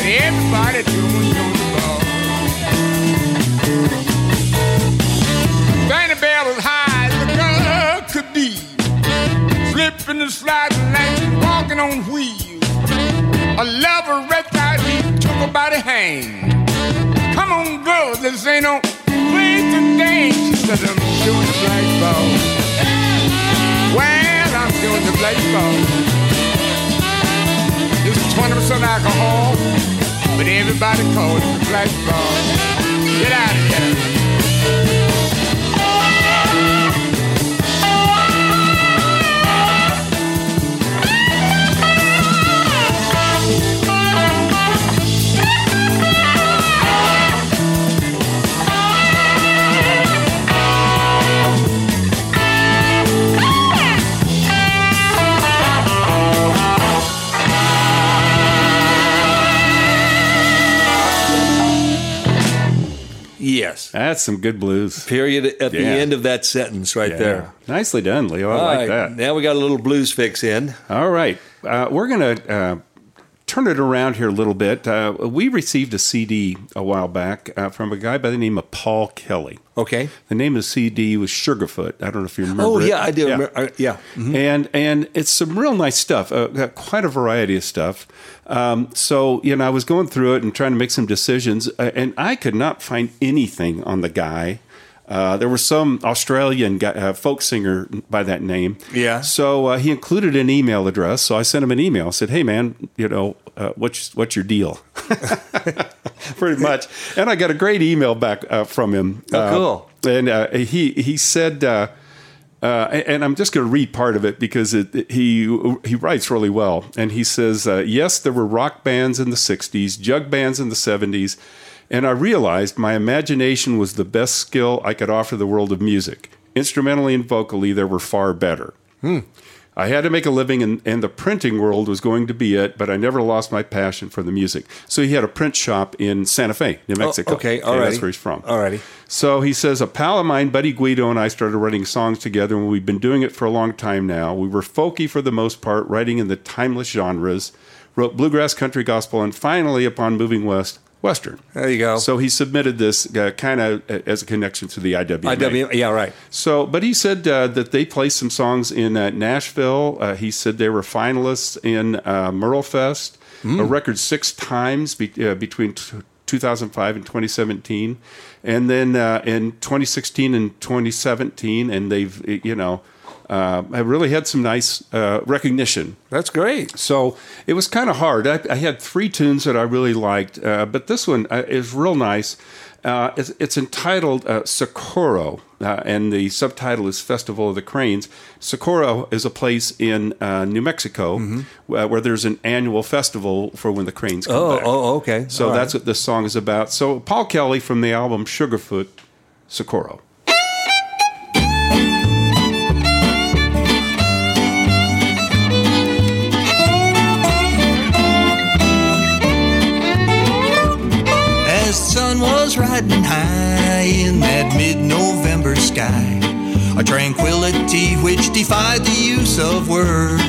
[SPEAKER 8] Everybody doing doing the ball. Fanny Bell was high as a girl could be. Slipping and sliding like she walking on wheels. A lover wrecked out, he took her by the hand. Come on, girls, this ain't no place to dance. She said, I'm doing the black ball. Well, I'm doing the black ball. It's 20% alcohol, but everybody calls it the black ball. Get out of here.
[SPEAKER 3] Yes.
[SPEAKER 2] That's some good blues.
[SPEAKER 3] Period at the
[SPEAKER 2] Yeah.
[SPEAKER 3] end of that sentence right there.
[SPEAKER 2] Nicely done, Leo. I
[SPEAKER 3] All
[SPEAKER 2] like
[SPEAKER 3] right,
[SPEAKER 2] that.
[SPEAKER 3] Now we got a little blues fix in.
[SPEAKER 2] All right. Uh, we're going to uh, turn it around here a little bit. Uh, we received a CD a while back uh, from a guy by the name of Paul Kelly.
[SPEAKER 3] Okay.
[SPEAKER 2] The name of the CD was Sugarfoot. I don't know if you remember.
[SPEAKER 3] Oh
[SPEAKER 2] it.
[SPEAKER 3] yeah, I do. remember- I- Yeah.
[SPEAKER 2] uh,
[SPEAKER 3] Mm-hmm.
[SPEAKER 2] And and it's some real nice stuff, uh, uh, quite a variety of stuff. Um, so you know, I was going through it and trying to make some decisions, uh, and I could not find anything on the guy. Uh, there was some Australian guy, uh, folk singer by that name.
[SPEAKER 3] Yeah.
[SPEAKER 2] So uh, he included an email address. So I sent him an email. I said, "Hey man, you know, uh, what's what's your deal?" Pretty much. And I got a great email back uh, from him. Uh,
[SPEAKER 3] Oh, cool.
[SPEAKER 2] And uh, he he said. Uh, uh, and- and I'm just going to read part of it because it, it- he he writes really well. And he says, uh, "Yes, there were rock bands in the '60s, jug bands in the '70s, and I realized my imagination was the best skill I could offer the world of music. Instrumentally and vocally, there were far better.
[SPEAKER 3] Hmm.
[SPEAKER 2] I had to make a living, and, and the printing world was going to be it. But I never lost my passion for the music. So he had a print shop in Santa Fe, New Mexico.
[SPEAKER 3] Oh, okay,
[SPEAKER 2] And that's
[SPEAKER 3] alrighty.
[SPEAKER 2] where he's from.
[SPEAKER 3] Alrighty.
[SPEAKER 2] So he says, a pal of mine, Buddy Guido, and I started writing songs together, and we've been doing it for a long time now. We were folky for the most part, writing in the timeless genres, wrote bluegrass, country, gospel, and finally, upon moving west, Western.
[SPEAKER 3] There you go.
[SPEAKER 2] So he submitted this uh, kind of as a connection to the IWMA.
[SPEAKER 3] IW. Yeah. Right.
[SPEAKER 2] So, but he said uh, that they played some songs in uh, Nashville. Uh, he said they were finalists in uh, Merlefest,
[SPEAKER 3] Hmm.
[SPEAKER 2] a record six times be- uh, between t- 2005 and 2017, and then uh, in 2016 and 2017, and they've eh, you know uh, have really had some nice uh, recognition
[SPEAKER 3] That's great.
[SPEAKER 2] so it was kind of hard. I, I had three tunes that I really liked, uh, but this one uh, is real nice. Uh, it's, it's entitled uh, Socorro, uh, and the subtitle is Festival of the Cranes. Socorro is a place in uh, New Mexico
[SPEAKER 3] Mm-hmm.
[SPEAKER 2] uh, where there's an annual festival for when the cranes come
[SPEAKER 3] Oh,
[SPEAKER 2] back.
[SPEAKER 3] oh, okay.
[SPEAKER 2] So
[SPEAKER 3] All right.
[SPEAKER 2] that's what this song is about. So Paul Kelly from the album Sugarfoot, Socorro.
[SPEAKER 4] As the sun was riding high in that mid November sky, a tranquility which defied the use of words.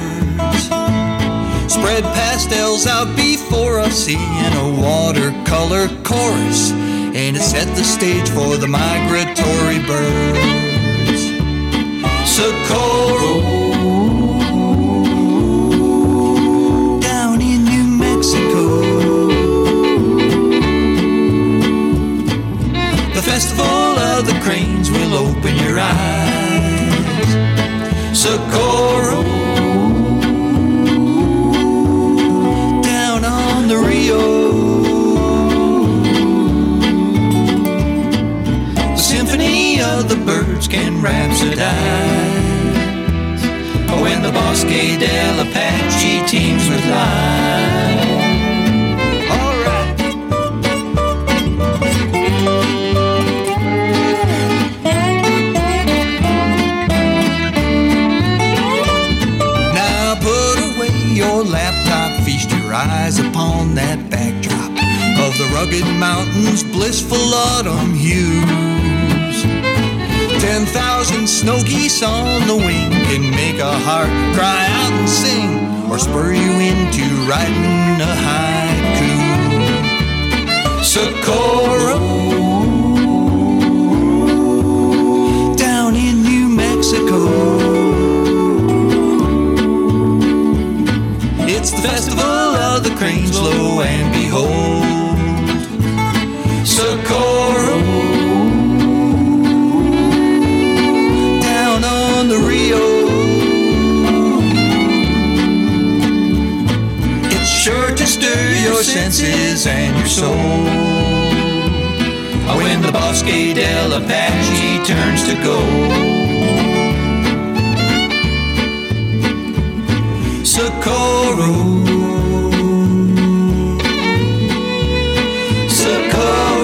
[SPEAKER 4] Spread pastels out before us in a watercolor chorus, and it set the stage for the migratory birds. Socorro, down in New Mexico. The festival of the cranes will open your eyes. Socorro. Down on the Rio. The symphony of the birds can rhapsodize. Oh, when the Bosque del Apache teams with life. All right. Now put away your laptop, feast your eyes upon that backdrop of the rugged mountains, blissful autumn hues. Ten thousand snow geese on the wing can make a heart cry out and sing, or spur you into writing a haiku. Socorro, down in New Mexico. It's the festival of the cranes, lo and behold. Socorro. Down on the Rio. It's sure to stir your senses and your soul. When the Bosque del Apache turns to gold. Socorro. Socorro.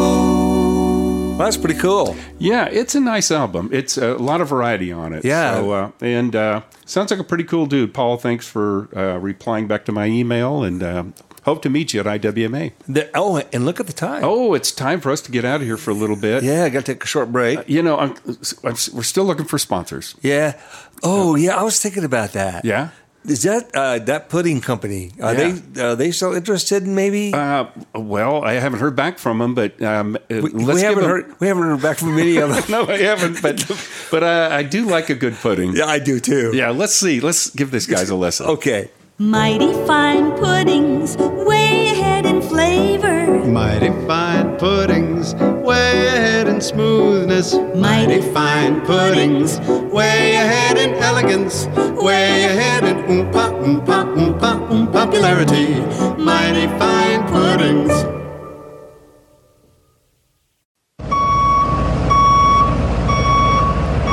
[SPEAKER 4] Socorro.
[SPEAKER 3] That's pretty cool.
[SPEAKER 2] Yeah, it's a nice album. It's a lot of variety on it.
[SPEAKER 3] Yeah.
[SPEAKER 2] So, uh, and uh, sounds like a pretty cool dude. Paul, thanks for uh, replying back to my email and um, hope to meet you at IWMA.
[SPEAKER 3] The- oh, and look at the time.
[SPEAKER 2] Oh, it's time for us to get out of here for a little bit. Uh,
[SPEAKER 3] Yeah, I got to take a short break.
[SPEAKER 2] You know, I'm, I'm, we're still looking for sponsors. Uh,
[SPEAKER 3] yeah. Oh, yeah. I was thinking about that.
[SPEAKER 2] Yeah.
[SPEAKER 3] Is that uh, that pudding company? Are
[SPEAKER 2] Yeah.
[SPEAKER 3] they are they still interested in maybe?
[SPEAKER 2] Uh, well, I haven't heard back from them, but um, uh,
[SPEAKER 3] we, we
[SPEAKER 2] let's give
[SPEAKER 3] haven't
[SPEAKER 2] 'em-
[SPEAKER 3] heard we haven't heard back from any of them.
[SPEAKER 2] No, I haven't. But but uh, I do like a good pudding.
[SPEAKER 3] Yeah, I do too.
[SPEAKER 2] Yeah, let's see. Let's give this guys a lesson.
[SPEAKER 3] Okay.
[SPEAKER 7] Mighty fine puddings, way ahead in flavor.
[SPEAKER 9] Mighty fine puddings, way ahead in smoothness. Mighty fine puddings, way ahead in elegance. Way ahead in oompa, oompa, oompa, oompopularity. Mighty fine puddings.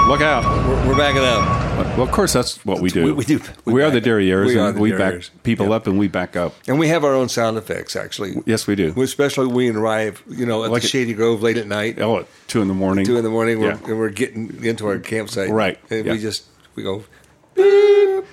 [SPEAKER 2] Look out.
[SPEAKER 3] We're, we're backing up,
[SPEAKER 2] Well, of course, that's what we do.
[SPEAKER 3] We- we do.
[SPEAKER 2] We,
[SPEAKER 3] We
[SPEAKER 2] are
[SPEAKER 3] back
[SPEAKER 2] the
[SPEAKER 3] up.
[SPEAKER 2] derrieres.
[SPEAKER 3] We are
[SPEAKER 2] and
[SPEAKER 3] the
[SPEAKER 2] we
[SPEAKER 3] derrieres.
[SPEAKER 2] back people up and we back up.
[SPEAKER 3] and we have our own sound effects actually.
[SPEAKER 2] Yes, we do.
[SPEAKER 3] Especially we arrive, you know, at
[SPEAKER 2] Like it-
[SPEAKER 3] the Shady Grove late at night,
[SPEAKER 2] Oh, at two in the morning.
[SPEAKER 3] two in the morning. We're,
[SPEAKER 2] Yeah.
[SPEAKER 3] and we're getting into our campsite,
[SPEAKER 2] Right,
[SPEAKER 3] And
[SPEAKER 2] yeah.
[SPEAKER 3] we just we go.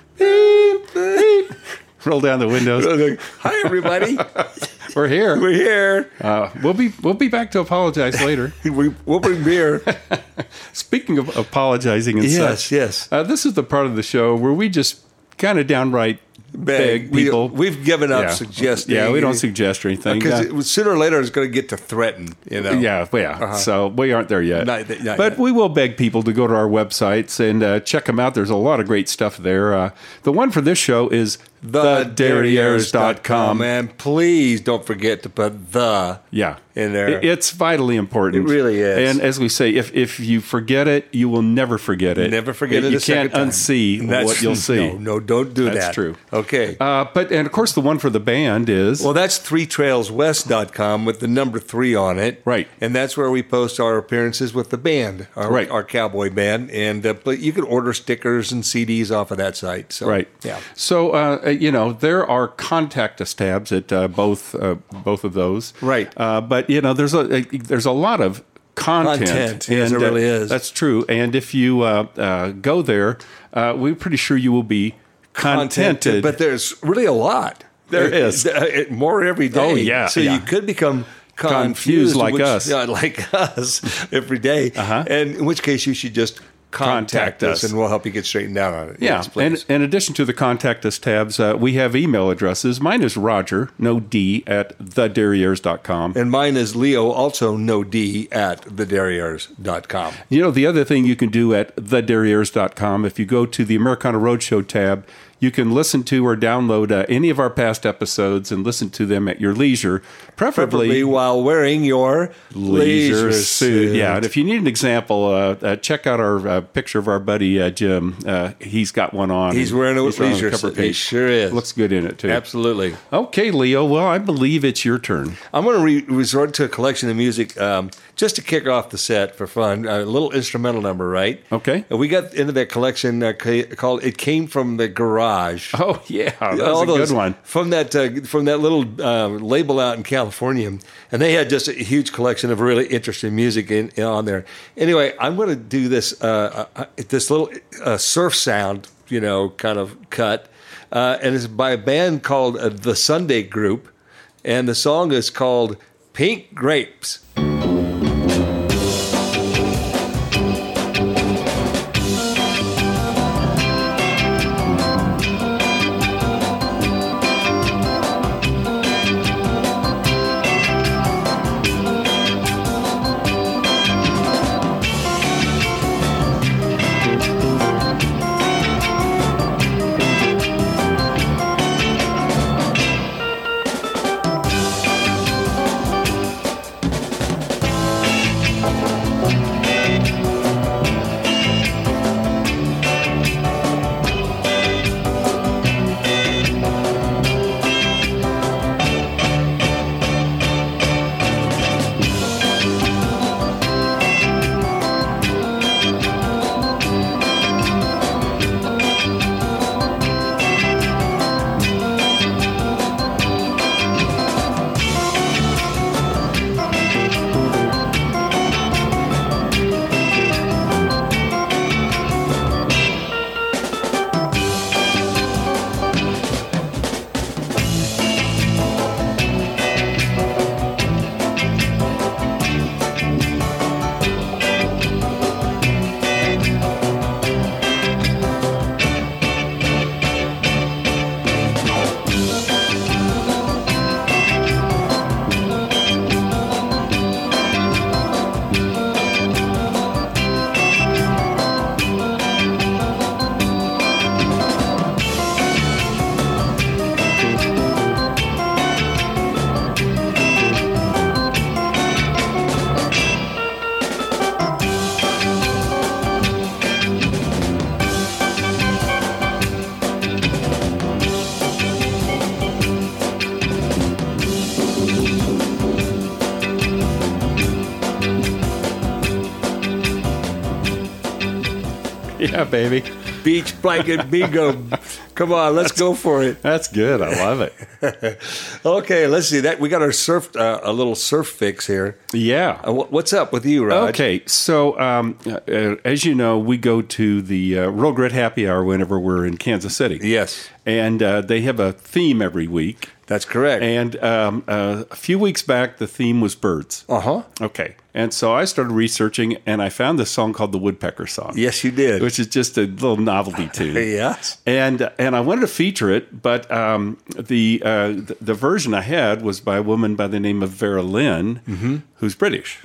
[SPEAKER 2] Roll down the windows.
[SPEAKER 3] Hi everybody,
[SPEAKER 2] We're here.
[SPEAKER 3] we're here.
[SPEAKER 2] Uh, we'll be we'll be back to apologize later.
[SPEAKER 3] We, we'll bring beer.
[SPEAKER 2] Speaking of apologizing and
[SPEAKER 3] Yes,
[SPEAKER 2] such,
[SPEAKER 3] yes.
[SPEAKER 2] Uh, this is the part of the show where we just kind of downright beg,
[SPEAKER 3] We-
[SPEAKER 2] people.
[SPEAKER 3] we've given up
[SPEAKER 2] Yeah.
[SPEAKER 3] suggesting.
[SPEAKER 2] Yeah, we don't suggest or anything.
[SPEAKER 3] because
[SPEAKER 2] Yeah.
[SPEAKER 3] it was- sooner or later it's going to get to threaten. You know. Uh-huh.
[SPEAKER 2] Yeah, well, yeah. So we aren't there yet.
[SPEAKER 3] Not th- not
[SPEAKER 2] but
[SPEAKER 3] yet.
[SPEAKER 2] we will beg people to go to our websites and uh, check them out. There's a lot of great stuff there. Uh, the one for this show is
[SPEAKER 3] TheDerrieres.com.
[SPEAKER 2] thederrieres.com.
[SPEAKER 3] And please don't forget to put the.
[SPEAKER 2] Yeah,
[SPEAKER 3] in there.
[SPEAKER 2] It- it's vitally important.
[SPEAKER 3] It really is.
[SPEAKER 2] And as we say, if if you forget it, you will never forget it.
[SPEAKER 3] Never forget it.
[SPEAKER 2] You
[SPEAKER 3] a
[SPEAKER 2] can't
[SPEAKER 3] second time.
[SPEAKER 2] unsee
[SPEAKER 3] That's-
[SPEAKER 2] what you'll see.
[SPEAKER 3] No, no, don't do
[SPEAKER 2] That's
[SPEAKER 3] that.
[SPEAKER 2] true.
[SPEAKER 3] Okay.
[SPEAKER 2] Uh, but and of course, the one for the band is
[SPEAKER 3] well, that's three trailswest.com with the number three on it.
[SPEAKER 2] Right.
[SPEAKER 3] And that's where we post our appearances with the band, our,
[SPEAKER 2] Right.
[SPEAKER 3] our cowboy band. And uh, but you can order stickers and CDs off of that site. So,
[SPEAKER 2] Right.
[SPEAKER 3] Yeah.
[SPEAKER 2] So uh, you know there are contact us tabs at uh, both uh, both of those.
[SPEAKER 3] Right.
[SPEAKER 2] Uh, but you know there's a, there's a lot of content.
[SPEAKER 3] Content. Yes, there really
[SPEAKER 2] uh,
[SPEAKER 3] is.
[SPEAKER 2] That's true. And if you uh, uh, go there, uh, we're pretty sure you will be contented.
[SPEAKER 3] But there's really a lot.
[SPEAKER 2] There is.
[SPEAKER 3] uh, it- more every day.
[SPEAKER 2] Oh, yeah,
[SPEAKER 3] So
[SPEAKER 2] yeah.
[SPEAKER 3] you could become confused,
[SPEAKER 2] Confused like
[SPEAKER 3] which-
[SPEAKER 2] us.
[SPEAKER 3] yeah, like us every day.
[SPEAKER 2] Uh-huh.
[SPEAKER 3] And in which case you should just contact,
[SPEAKER 2] Contact us.
[SPEAKER 3] us and we'll help you get straightened out on it.
[SPEAKER 2] yeah,
[SPEAKER 3] Yes, please.
[SPEAKER 2] and in addition to the contact us tabs, uh, we have email addresses. Mine is Roger, no D, at thederriers.com.
[SPEAKER 3] And mine is Leo, also no D at thederriers.com.
[SPEAKER 2] You know, the other thing you can do at thederriers.com, if you go to the Americana Roadshow tab, you can listen to or download uh, any of our past episodes and listen to them at your leisure, preferably,
[SPEAKER 3] Preferably while wearing your
[SPEAKER 2] leisure suit. Yeah, and if you need an example, uh, uh, check out our uh, picture of our buddy uh, Jim. Uh, he's got one on.
[SPEAKER 3] He's wearing a
[SPEAKER 2] on the
[SPEAKER 3] leisure
[SPEAKER 2] cover
[SPEAKER 3] suit. He
[SPEAKER 2] page.
[SPEAKER 3] sure is.
[SPEAKER 2] Looks good in it, too.
[SPEAKER 3] Absolutely.
[SPEAKER 2] Okay, Leo. Well, I believe it's your turn.
[SPEAKER 3] I'm going to re- resort to a collection of music um, just to kick off the set for fun. A little instrumental number, right?
[SPEAKER 2] Okay.
[SPEAKER 3] And we got into that collection uh, ca- called "It Came from the Garage."
[SPEAKER 2] Oh, yeah. That was
[SPEAKER 3] All
[SPEAKER 2] a
[SPEAKER 3] those-
[SPEAKER 2] good one.
[SPEAKER 3] from that uh, from that little uh, label out in California, and they had just a huge collection of really interesting music in, in- on there. Anyway, I'm going to do this uh, uh, uh, this little uh, surf sound you know, kind of cut. Uh, and it's by a band called uh, The Sunday Group. And the song is called Pink Grapes.
[SPEAKER 2] Yeah, baby.
[SPEAKER 3] Beach blanket bingo. Come on, let's go for it.
[SPEAKER 2] That's good. I love it.
[SPEAKER 3] okay, let's see that. We got our surf, uh, a little surf fix here.
[SPEAKER 2] Yeah.
[SPEAKER 3] Uh, wh- what's up with you, Rod?
[SPEAKER 2] Okay, so um, uh, uh, as you know, we go to the uh, Real Grit Happy Hour whenever we're in Kansas City.
[SPEAKER 3] Yes.
[SPEAKER 2] And uh, they have a theme every week.
[SPEAKER 3] That's correct.
[SPEAKER 2] And um, uh, a few weeks back, the theme was birds.
[SPEAKER 3] Uh huh.
[SPEAKER 2] Okay. And so I started researching and I found this song called the Woodpecker Song.
[SPEAKER 3] Yes, you did.
[SPEAKER 2] Which is just a little novelty tune.
[SPEAKER 3] Yes.
[SPEAKER 2] And and I wanted to feature it, but um, the, uh, the the version I had was by a woman by the name of Vera Lynn, who's British.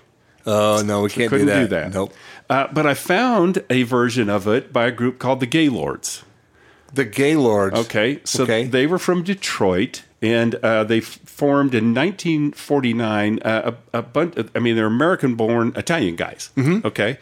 [SPEAKER 3] Mm-hmm. Oh no, we can't
[SPEAKER 2] Couldn't
[SPEAKER 3] do that.
[SPEAKER 2] do that.
[SPEAKER 3] Nope.
[SPEAKER 2] Uh, but I found a version of it by a group called the Gaylords.
[SPEAKER 3] The Gaylords.
[SPEAKER 2] Okay, so
[SPEAKER 3] Okay.
[SPEAKER 2] they were from Detroit, and uh, they f- formed in 1949. Uh, a, a bunch. Of, I mean, they're American-born Italian guys.
[SPEAKER 3] Mm-hmm.
[SPEAKER 2] Okay,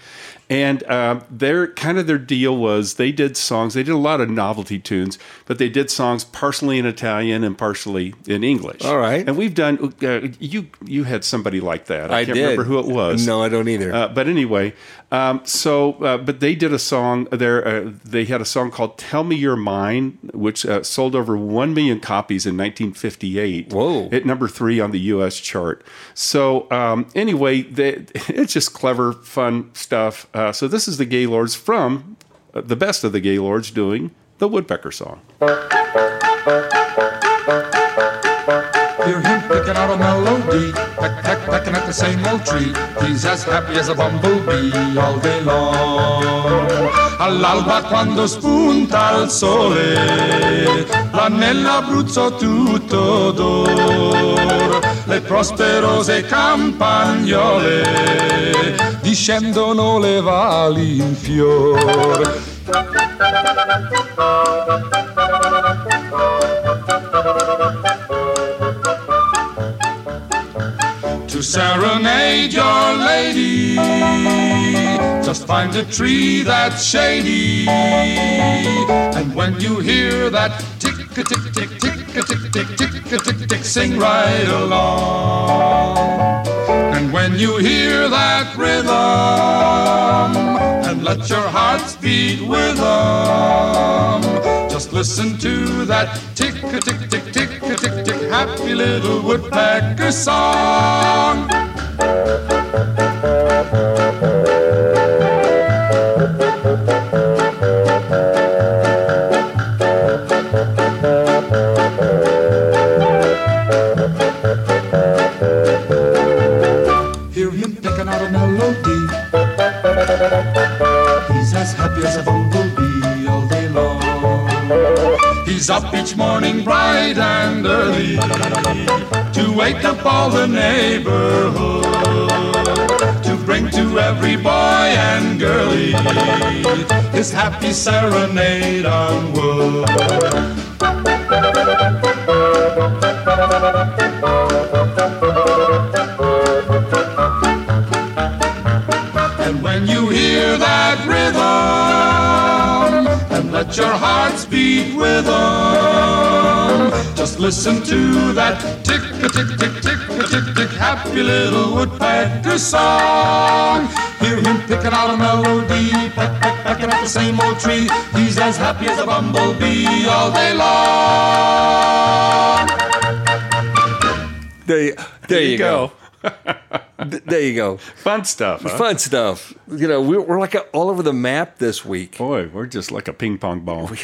[SPEAKER 2] and uh, their kind of their deal was they did songs. They did a lot of novelty tunes, but they did songs partially in Italian and partially in English.
[SPEAKER 3] All right.
[SPEAKER 2] and we've done. Uh, you you had somebody like that. I,
[SPEAKER 3] I
[SPEAKER 2] can't
[SPEAKER 3] did.
[SPEAKER 2] remember who it was.
[SPEAKER 3] No, I don't either.
[SPEAKER 2] Uh, but anyway, um, so uh, but they did a song there. Uh, they had a song called "Tell Me Your Mind," which uh, sold over one million copies in 1958.
[SPEAKER 3] Whoa.
[SPEAKER 2] At number three on the U.S. chart. So um, anyway, they, it's just clever, fun stuff. Uh, so this is the Gaylords from uh, the best of the Gaylords doing the Woodpecker song.
[SPEAKER 10] Hear him picking out a melody, peck, peck, pecking at the same old tree. He's as happy as a bumblebee all day long. All'alba quando spunta il sole, l'Abruzzo tutto d'oro. Le prosperose campagnole discendono le valli in fior. to serenade your lady. Just find a tree that's shady. And when you hear that tick a tick tick tick a tick tick tick a tick tick sing right along. And when you hear that rhythm, and let your hearts beat with 'em, just listen to that tick a tick tick tick a tick tick happy little woodpecker song. He's up each morning bright and early to wake up all the neighborhood, to bring to every boy and girlie his happy serenade on wood. And when you hear that rhythm, and let your hearts beat with them, just listen to that tick a tick tick tick a tick tick happy little woodpecker song. Hear him picking out a melody, peck peck pecking at the same old tree. He's as happy as a bumblebee all day long.
[SPEAKER 3] There you, there you, go. Th- there you go.
[SPEAKER 2] Fun stuff. huh?
[SPEAKER 3] Fun stuff. You know, we're, we're like all over the map this week.
[SPEAKER 2] Boy, we're just like a ping pong ball.
[SPEAKER 3] We are.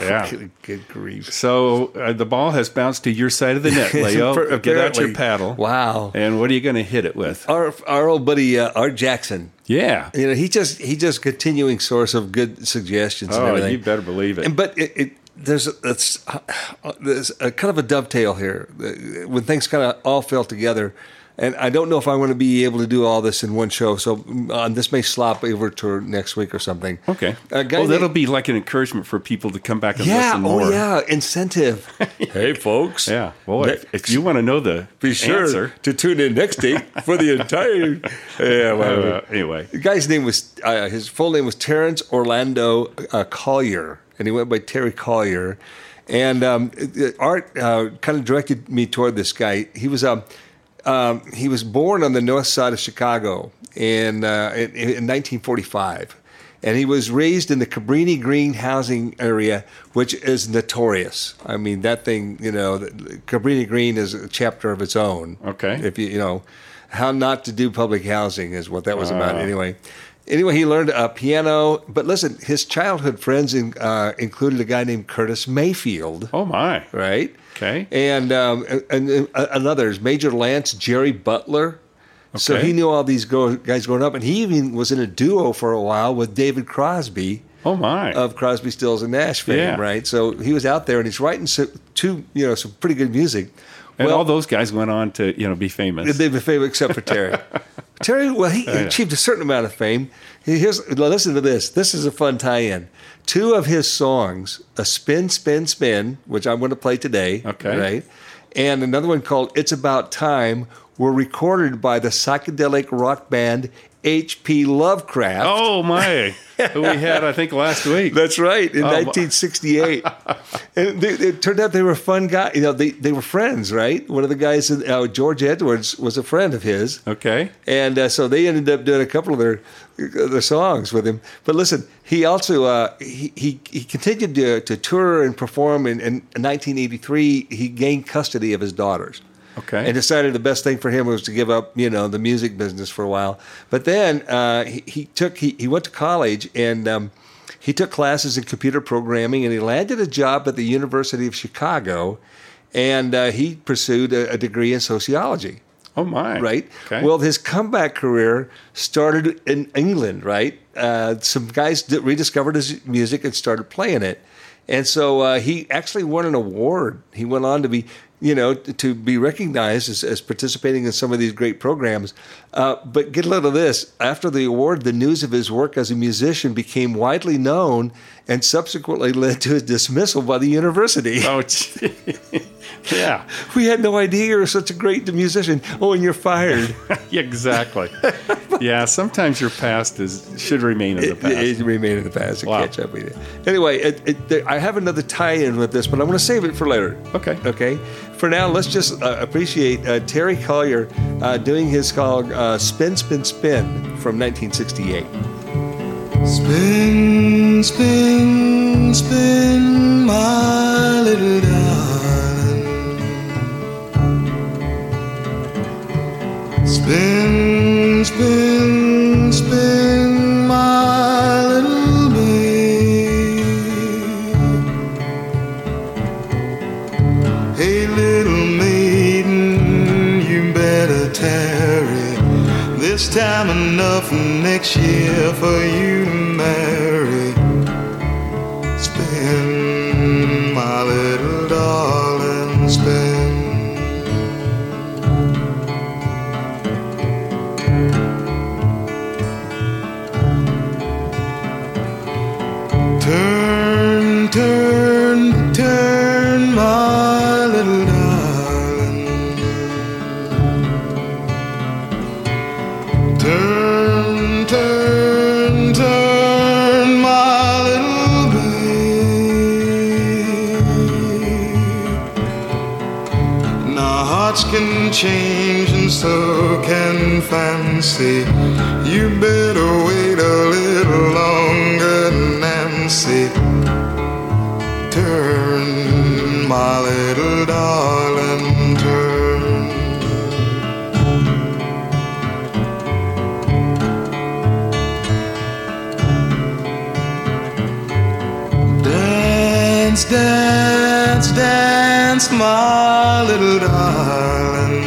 [SPEAKER 2] Yeah.
[SPEAKER 3] Good grief.
[SPEAKER 2] So uh, the ball has bounced to your side of the net, Leo.
[SPEAKER 3] Apparently.
[SPEAKER 2] Get out your paddle.
[SPEAKER 3] Wow.
[SPEAKER 2] And what are you going to hit it with?
[SPEAKER 3] Our our old buddy uh, Art Jackson.
[SPEAKER 2] Yeah.
[SPEAKER 3] You know, he just he just continuing source of good suggestions and
[SPEAKER 2] Oh,
[SPEAKER 3] everything.
[SPEAKER 2] you better believe it.
[SPEAKER 3] And but it, it there's a, it's, uh, there's a kind of a dovetail here uh, when things kind of all fell together. And I don't know if I'm going to be able to do all this in one show, so um, this may slop over to next week or something.
[SPEAKER 2] Okay.
[SPEAKER 3] A guy
[SPEAKER 2] well,
[SPEAKER 3] named-
[SPEAKER 2] that'll be like an encouragement for people to come back and
[SPEAKER 3] Yeah.
[SPEAKER 2] listen more.
[SPEAKER 3] Oh, yeah. Incentive. hey, folks.
[SPEAKER 2] Yeah. Boy, if, if you want to know the
[SPEAKER 3] Be sure
[SPEAKER 2] answer,
[SPEAKER 3] to tune in next week for the entire. Yeah. Well,
[SPEAKER 2] uh, anyway,
[SPEAKER 3] The guy's name was uh, his full name was Terrence Orlando uh, Collier, and he went by Terry Collier. And um, uh, Art uh, kind of directed me toward this guy. He was um, um, he was born on the north side of Chicago in, uh, in, in 1945, and he was raised in the Cabrini Green housing area, which is notorious. I mean, that thing, you know, the- the Cabrini Green is a chapter of its own.
[SPEAKER 2] Okay.
[SPEAKER 3] If you, you know, how not to do public housing is what that was about
[SPEAKER 2] Ah.
[SPEAKER 3] anyway. Anyway, he learned uh, piano. But listen, his childhood friends in, uh, included a guy named Curtis Mayfield,
[SPEAKER 2] oh my,
[SPEAKER 3] right?
[SPEAKER 2] okay,
[SPEAKER 3] And, um, and, and, uh, and others, Major Lance, Jerry Butler. So
[SPEAKER 2] Okay.
[SPEAKER 3] he knew all these go- guys growing up. And he even was in a duo for a while with David Crosby
[SPEAKER 2] oh my,
[SPEAKER 3] of Crosby, Stills, and Nash fame,
[SPEAKER 2] Yeah.
[SPEAKER 3] right? So he was out there and he's writing so, two, you know, some pretty good music.
[SPEAKER 2] and all those guys went on to you know be famous. Oh,
[SPEAKER 3] They've been famous except for Terry. Terry, well, he
[SPEAKER 2] yeah.
[SPEAKER 3] achieved a certain amount of fame. He- Here's, now listen to this. This is a fun tie-in. Two of his songs, "A Spin, Spin, Spin," which I'm going to play today,
[SPEAKER 2] Okay.
[SPEAKER 3] right, and another one called "It's About Time," were recorded by the psychedelic rock band H.P. Lovecraft.
[SPEAKER 2] Oh my, who we had I think last week.
[SPEAKER 3] That's right, in
[SPEAKER 2] Oh, my-
[SPEAKER 3] 1968. and they, it turned out they were fun guys. You know, they, they were friends, right? One of the guys, uh, George Edwards, was a friend of his.
[SPEAKER 2] Okay,
[SPEAKER 3] And uh, so they ended up doing a couple of their their songs with him. But listen, he also uh, he, he he continued to, to tour and perform. And in 1983, he gained custody of his daughters
[SPEAKER 2] okay,
[SPEAKER 3] and decided the best thing for him was to give up, you know, the music business for a while. But then uh, he, he took he, he went to college and um, he took classes in computer programming and he landed a job at the University of Chicago, and uh, he pursued a, a degree in sociology.
[SPEAKER 2] oh my,
[SPEAKER 3] Right.
[SPEAKER 2] Okay.
[SPEAKER 3] Well, his comeback career started in England. Right. Uh, some guys d- rediscovered his music and started playing it, and so uh, he actually won an award. He went on to be, you know, t- to be recognized as, as participating in some of these great programs. Uh, but get a load of this. After the award, the news of his work as a musician became widely known, and subsequently led to his dismissal by the university.
[SPEAKER 2] oh, gee. yeah,
[SPEAKER 3] We had no idea you were such a great musician. Oh, and you're fired.
[SPEAKER 2] exactly. yeah, sometimes your past is should remain in the
[SPEAKER 3] It,
[SPEAKER 2] past.
[SPEAKER 3] it remained in the past. It
[SPEAKER 2] Wow.
[SPEAKER 3] catch up with it. Anyway, it, it, there, I have another tie-in with this, but I'm going to save it for later.
[SPEAKER 2] Okay.
[SPEAKER 3] Okay. For now, let's just uh, appreciate uh, Terry Collier uh, doing his song uh, "Spin, Spin, Spin" from 1968.
[SPEAKER 11] Spin, spin, spin, my little darling. Spin, spin, spin, my little babe. Hey, little maiden, you better tarry. This time enough next year for you to marry. Spin, my Hearts can change and so can fancy. You better wait a little longer, Nancy. Turn, my little darling, turn. Dance, dance, dance, my little darling.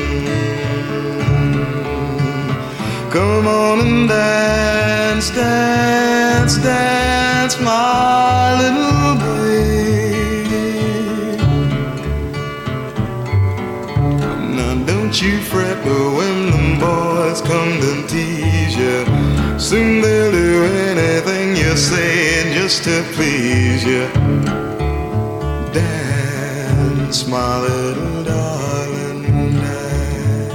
[SPEAKER 11] Come on and dance, dance, dance, my little babe. Now don't you fret when them boys come to tease you. Soon they'll do anything you say just to please you. Dance, my little darling, dance.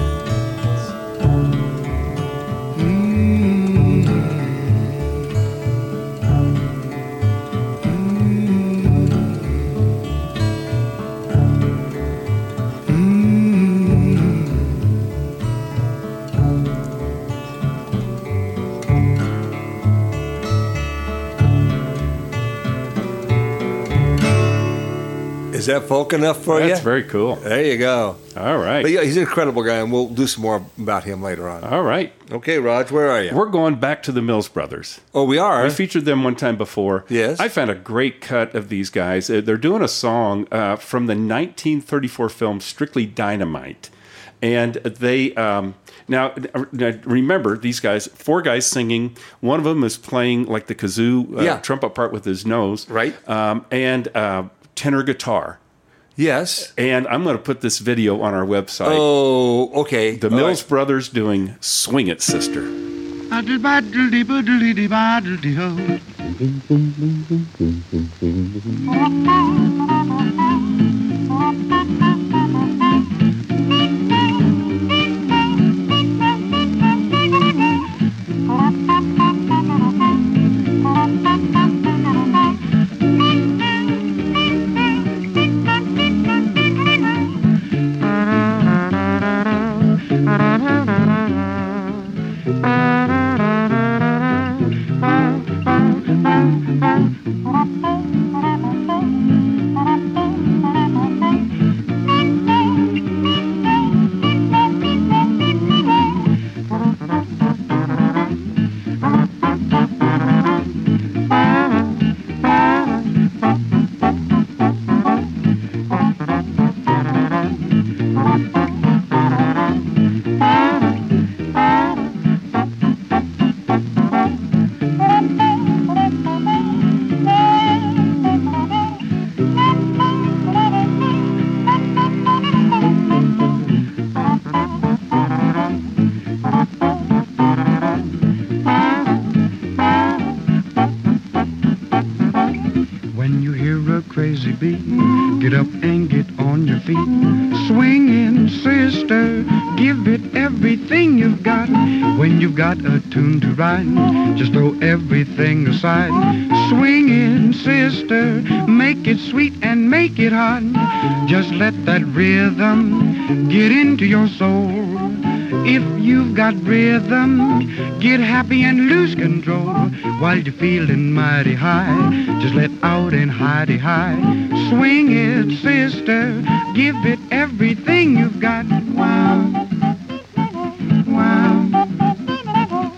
[SPEAKER 3] Is that folk enough for you?
[SPEAKER 2] That's very cool.
[SPEAKER 3] There you go.
[SPEAKER 2] All right.
[SPEAKER 3] But yeah, he's an incredible guy, and we'll do some more about him later on.
[SPEAKER 2] All right.
[SPEAKER 3] Okay, Raj, where are you?
[SPEAKER 2] We're going back to the Mills Brothers.
[SPEAKER 3] Oh, we are.
[SPEAKER 2] We featured them one time before.
[SPEAKER 3] Yes.
[SPEAKER 2] I found a great cut of these guys. Uh, They're doing a song uh, from the 1934 film Strictly Dynamite. And they, um, now, uh, now, remember these guys, four guys singing. One of them is playing like the kazoo uh,
[SPEAKER 3] Yeah.
[SPEAKER 2] trumpet part with his nose.
[SPEAKER 3] Right.
[SPEAKER 2] Um, and uh, tenor guitar.
[SPEAKER 3] Yes.
[SPEAKER 2] And I'm going to put this video on our website.
[SPEAKER 3] Oh, okay.
[SPEAKER 2] The Mills Brothers doing Swing It Sister.
[SPEAKER 12] When you hear a crazy beat, get up and get on your feet. Swinging, sister, give it everything you've got. When you've got a tune to ride, just throw everything aside. Swinging, sister, make it sweet and make it hot. Just let that rhythm get into your soul. If you've got rhythm, get happy and lose control while you're feeling mighty high. Just let out and hidey high. Swing it, sister. Give it everything you've got. Wow. Wow.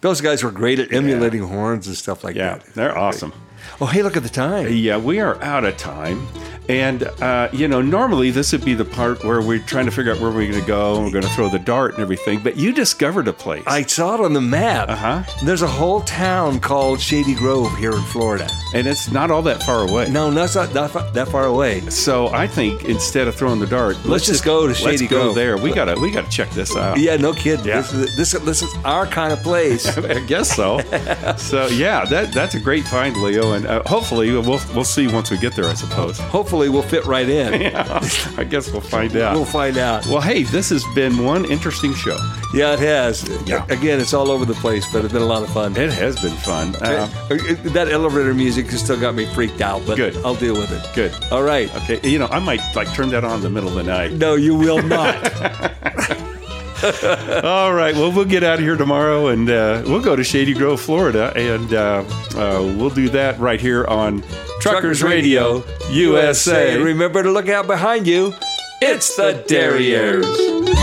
[SPEAKER 3] Those guys were great at emulating horns and stuff like
[SPEAKER 2] Yeah,
[SPEAKER 3] that.
[SPEAKER 2] they're awesome.
[SPEAKER 3] Oh, hey, look at the time.
[SPEAKER 2] Yeah, we are out of time. And, uh, you know, normally this would be the part where we're trying to figure out where we're going to go and we're going to throw the dart and everything, but you discovered a place. Uh-huh.
[SPEAKER 3] I saw it on the map. Uh huh. There's a whole town called Shady Grove here in Florida.
[SPEAKER 2] And it's not all that far away.
[SPEAKER 3] No, that's not that far, that far away.
[SPEAKER 2] So I think instead of throwing the dart, let's,
[SPEAKER 3] just go to
[SPEAKER 2] let's
[SPEAKER 3] Shady
[SPEAKER 2] go
[SPEAKER 3] Grove.
[SPEAKER 2] there. We gotta we gotta check this out.
[SPEAKER 3] Yeah, no kidding.
[SPEAKER 2] Yeah.
[SPEAKER 3] This, is, this, this is our kind of place.
[SPEAKER 2] I guess so. so yeah, that that's a great find, Leo, and uh, hopefully we'll we'll see once we get there. I suppose.
[SPEAKER 3] Hopefully, we'll fit right in.
[SPEAKER 2] Yeah, I guess we'll find out.
[SPEAKER 3] We'll find out.
[SPEAKER 2] Well, hey, this has been one interesting show.
[SPEAKER 3] Yeah, it has.
[SPEAKER 2] Yeah.
[SPEAKER 3] Again, it's all over the place, but it's been a lot of fun.
[SPEAKER 2] It has been fun. Uh,
[SPEAKER 3] that elevator music has still got me freaked out, but
[SPEAKER 2] Good.
[SPEAKER 3] I'll deal with it.
[SPEAKER 2] Good.
[SPEAKER 3] All right.
[SPEAKER 2] Okay. You know, I might like turn that on in the middle of the night.
[SPEAKER 3] No, you will not.
[SPEAKER 2] All right. Well, we'll get out of here tomorrow, and uh, we'll go to Shady Grove, Florida, and uh, uh, we'll do that right here on Truckers, Radio, USA.
[SPEAKER 3] Remember to look out behind you. It's the Derriers.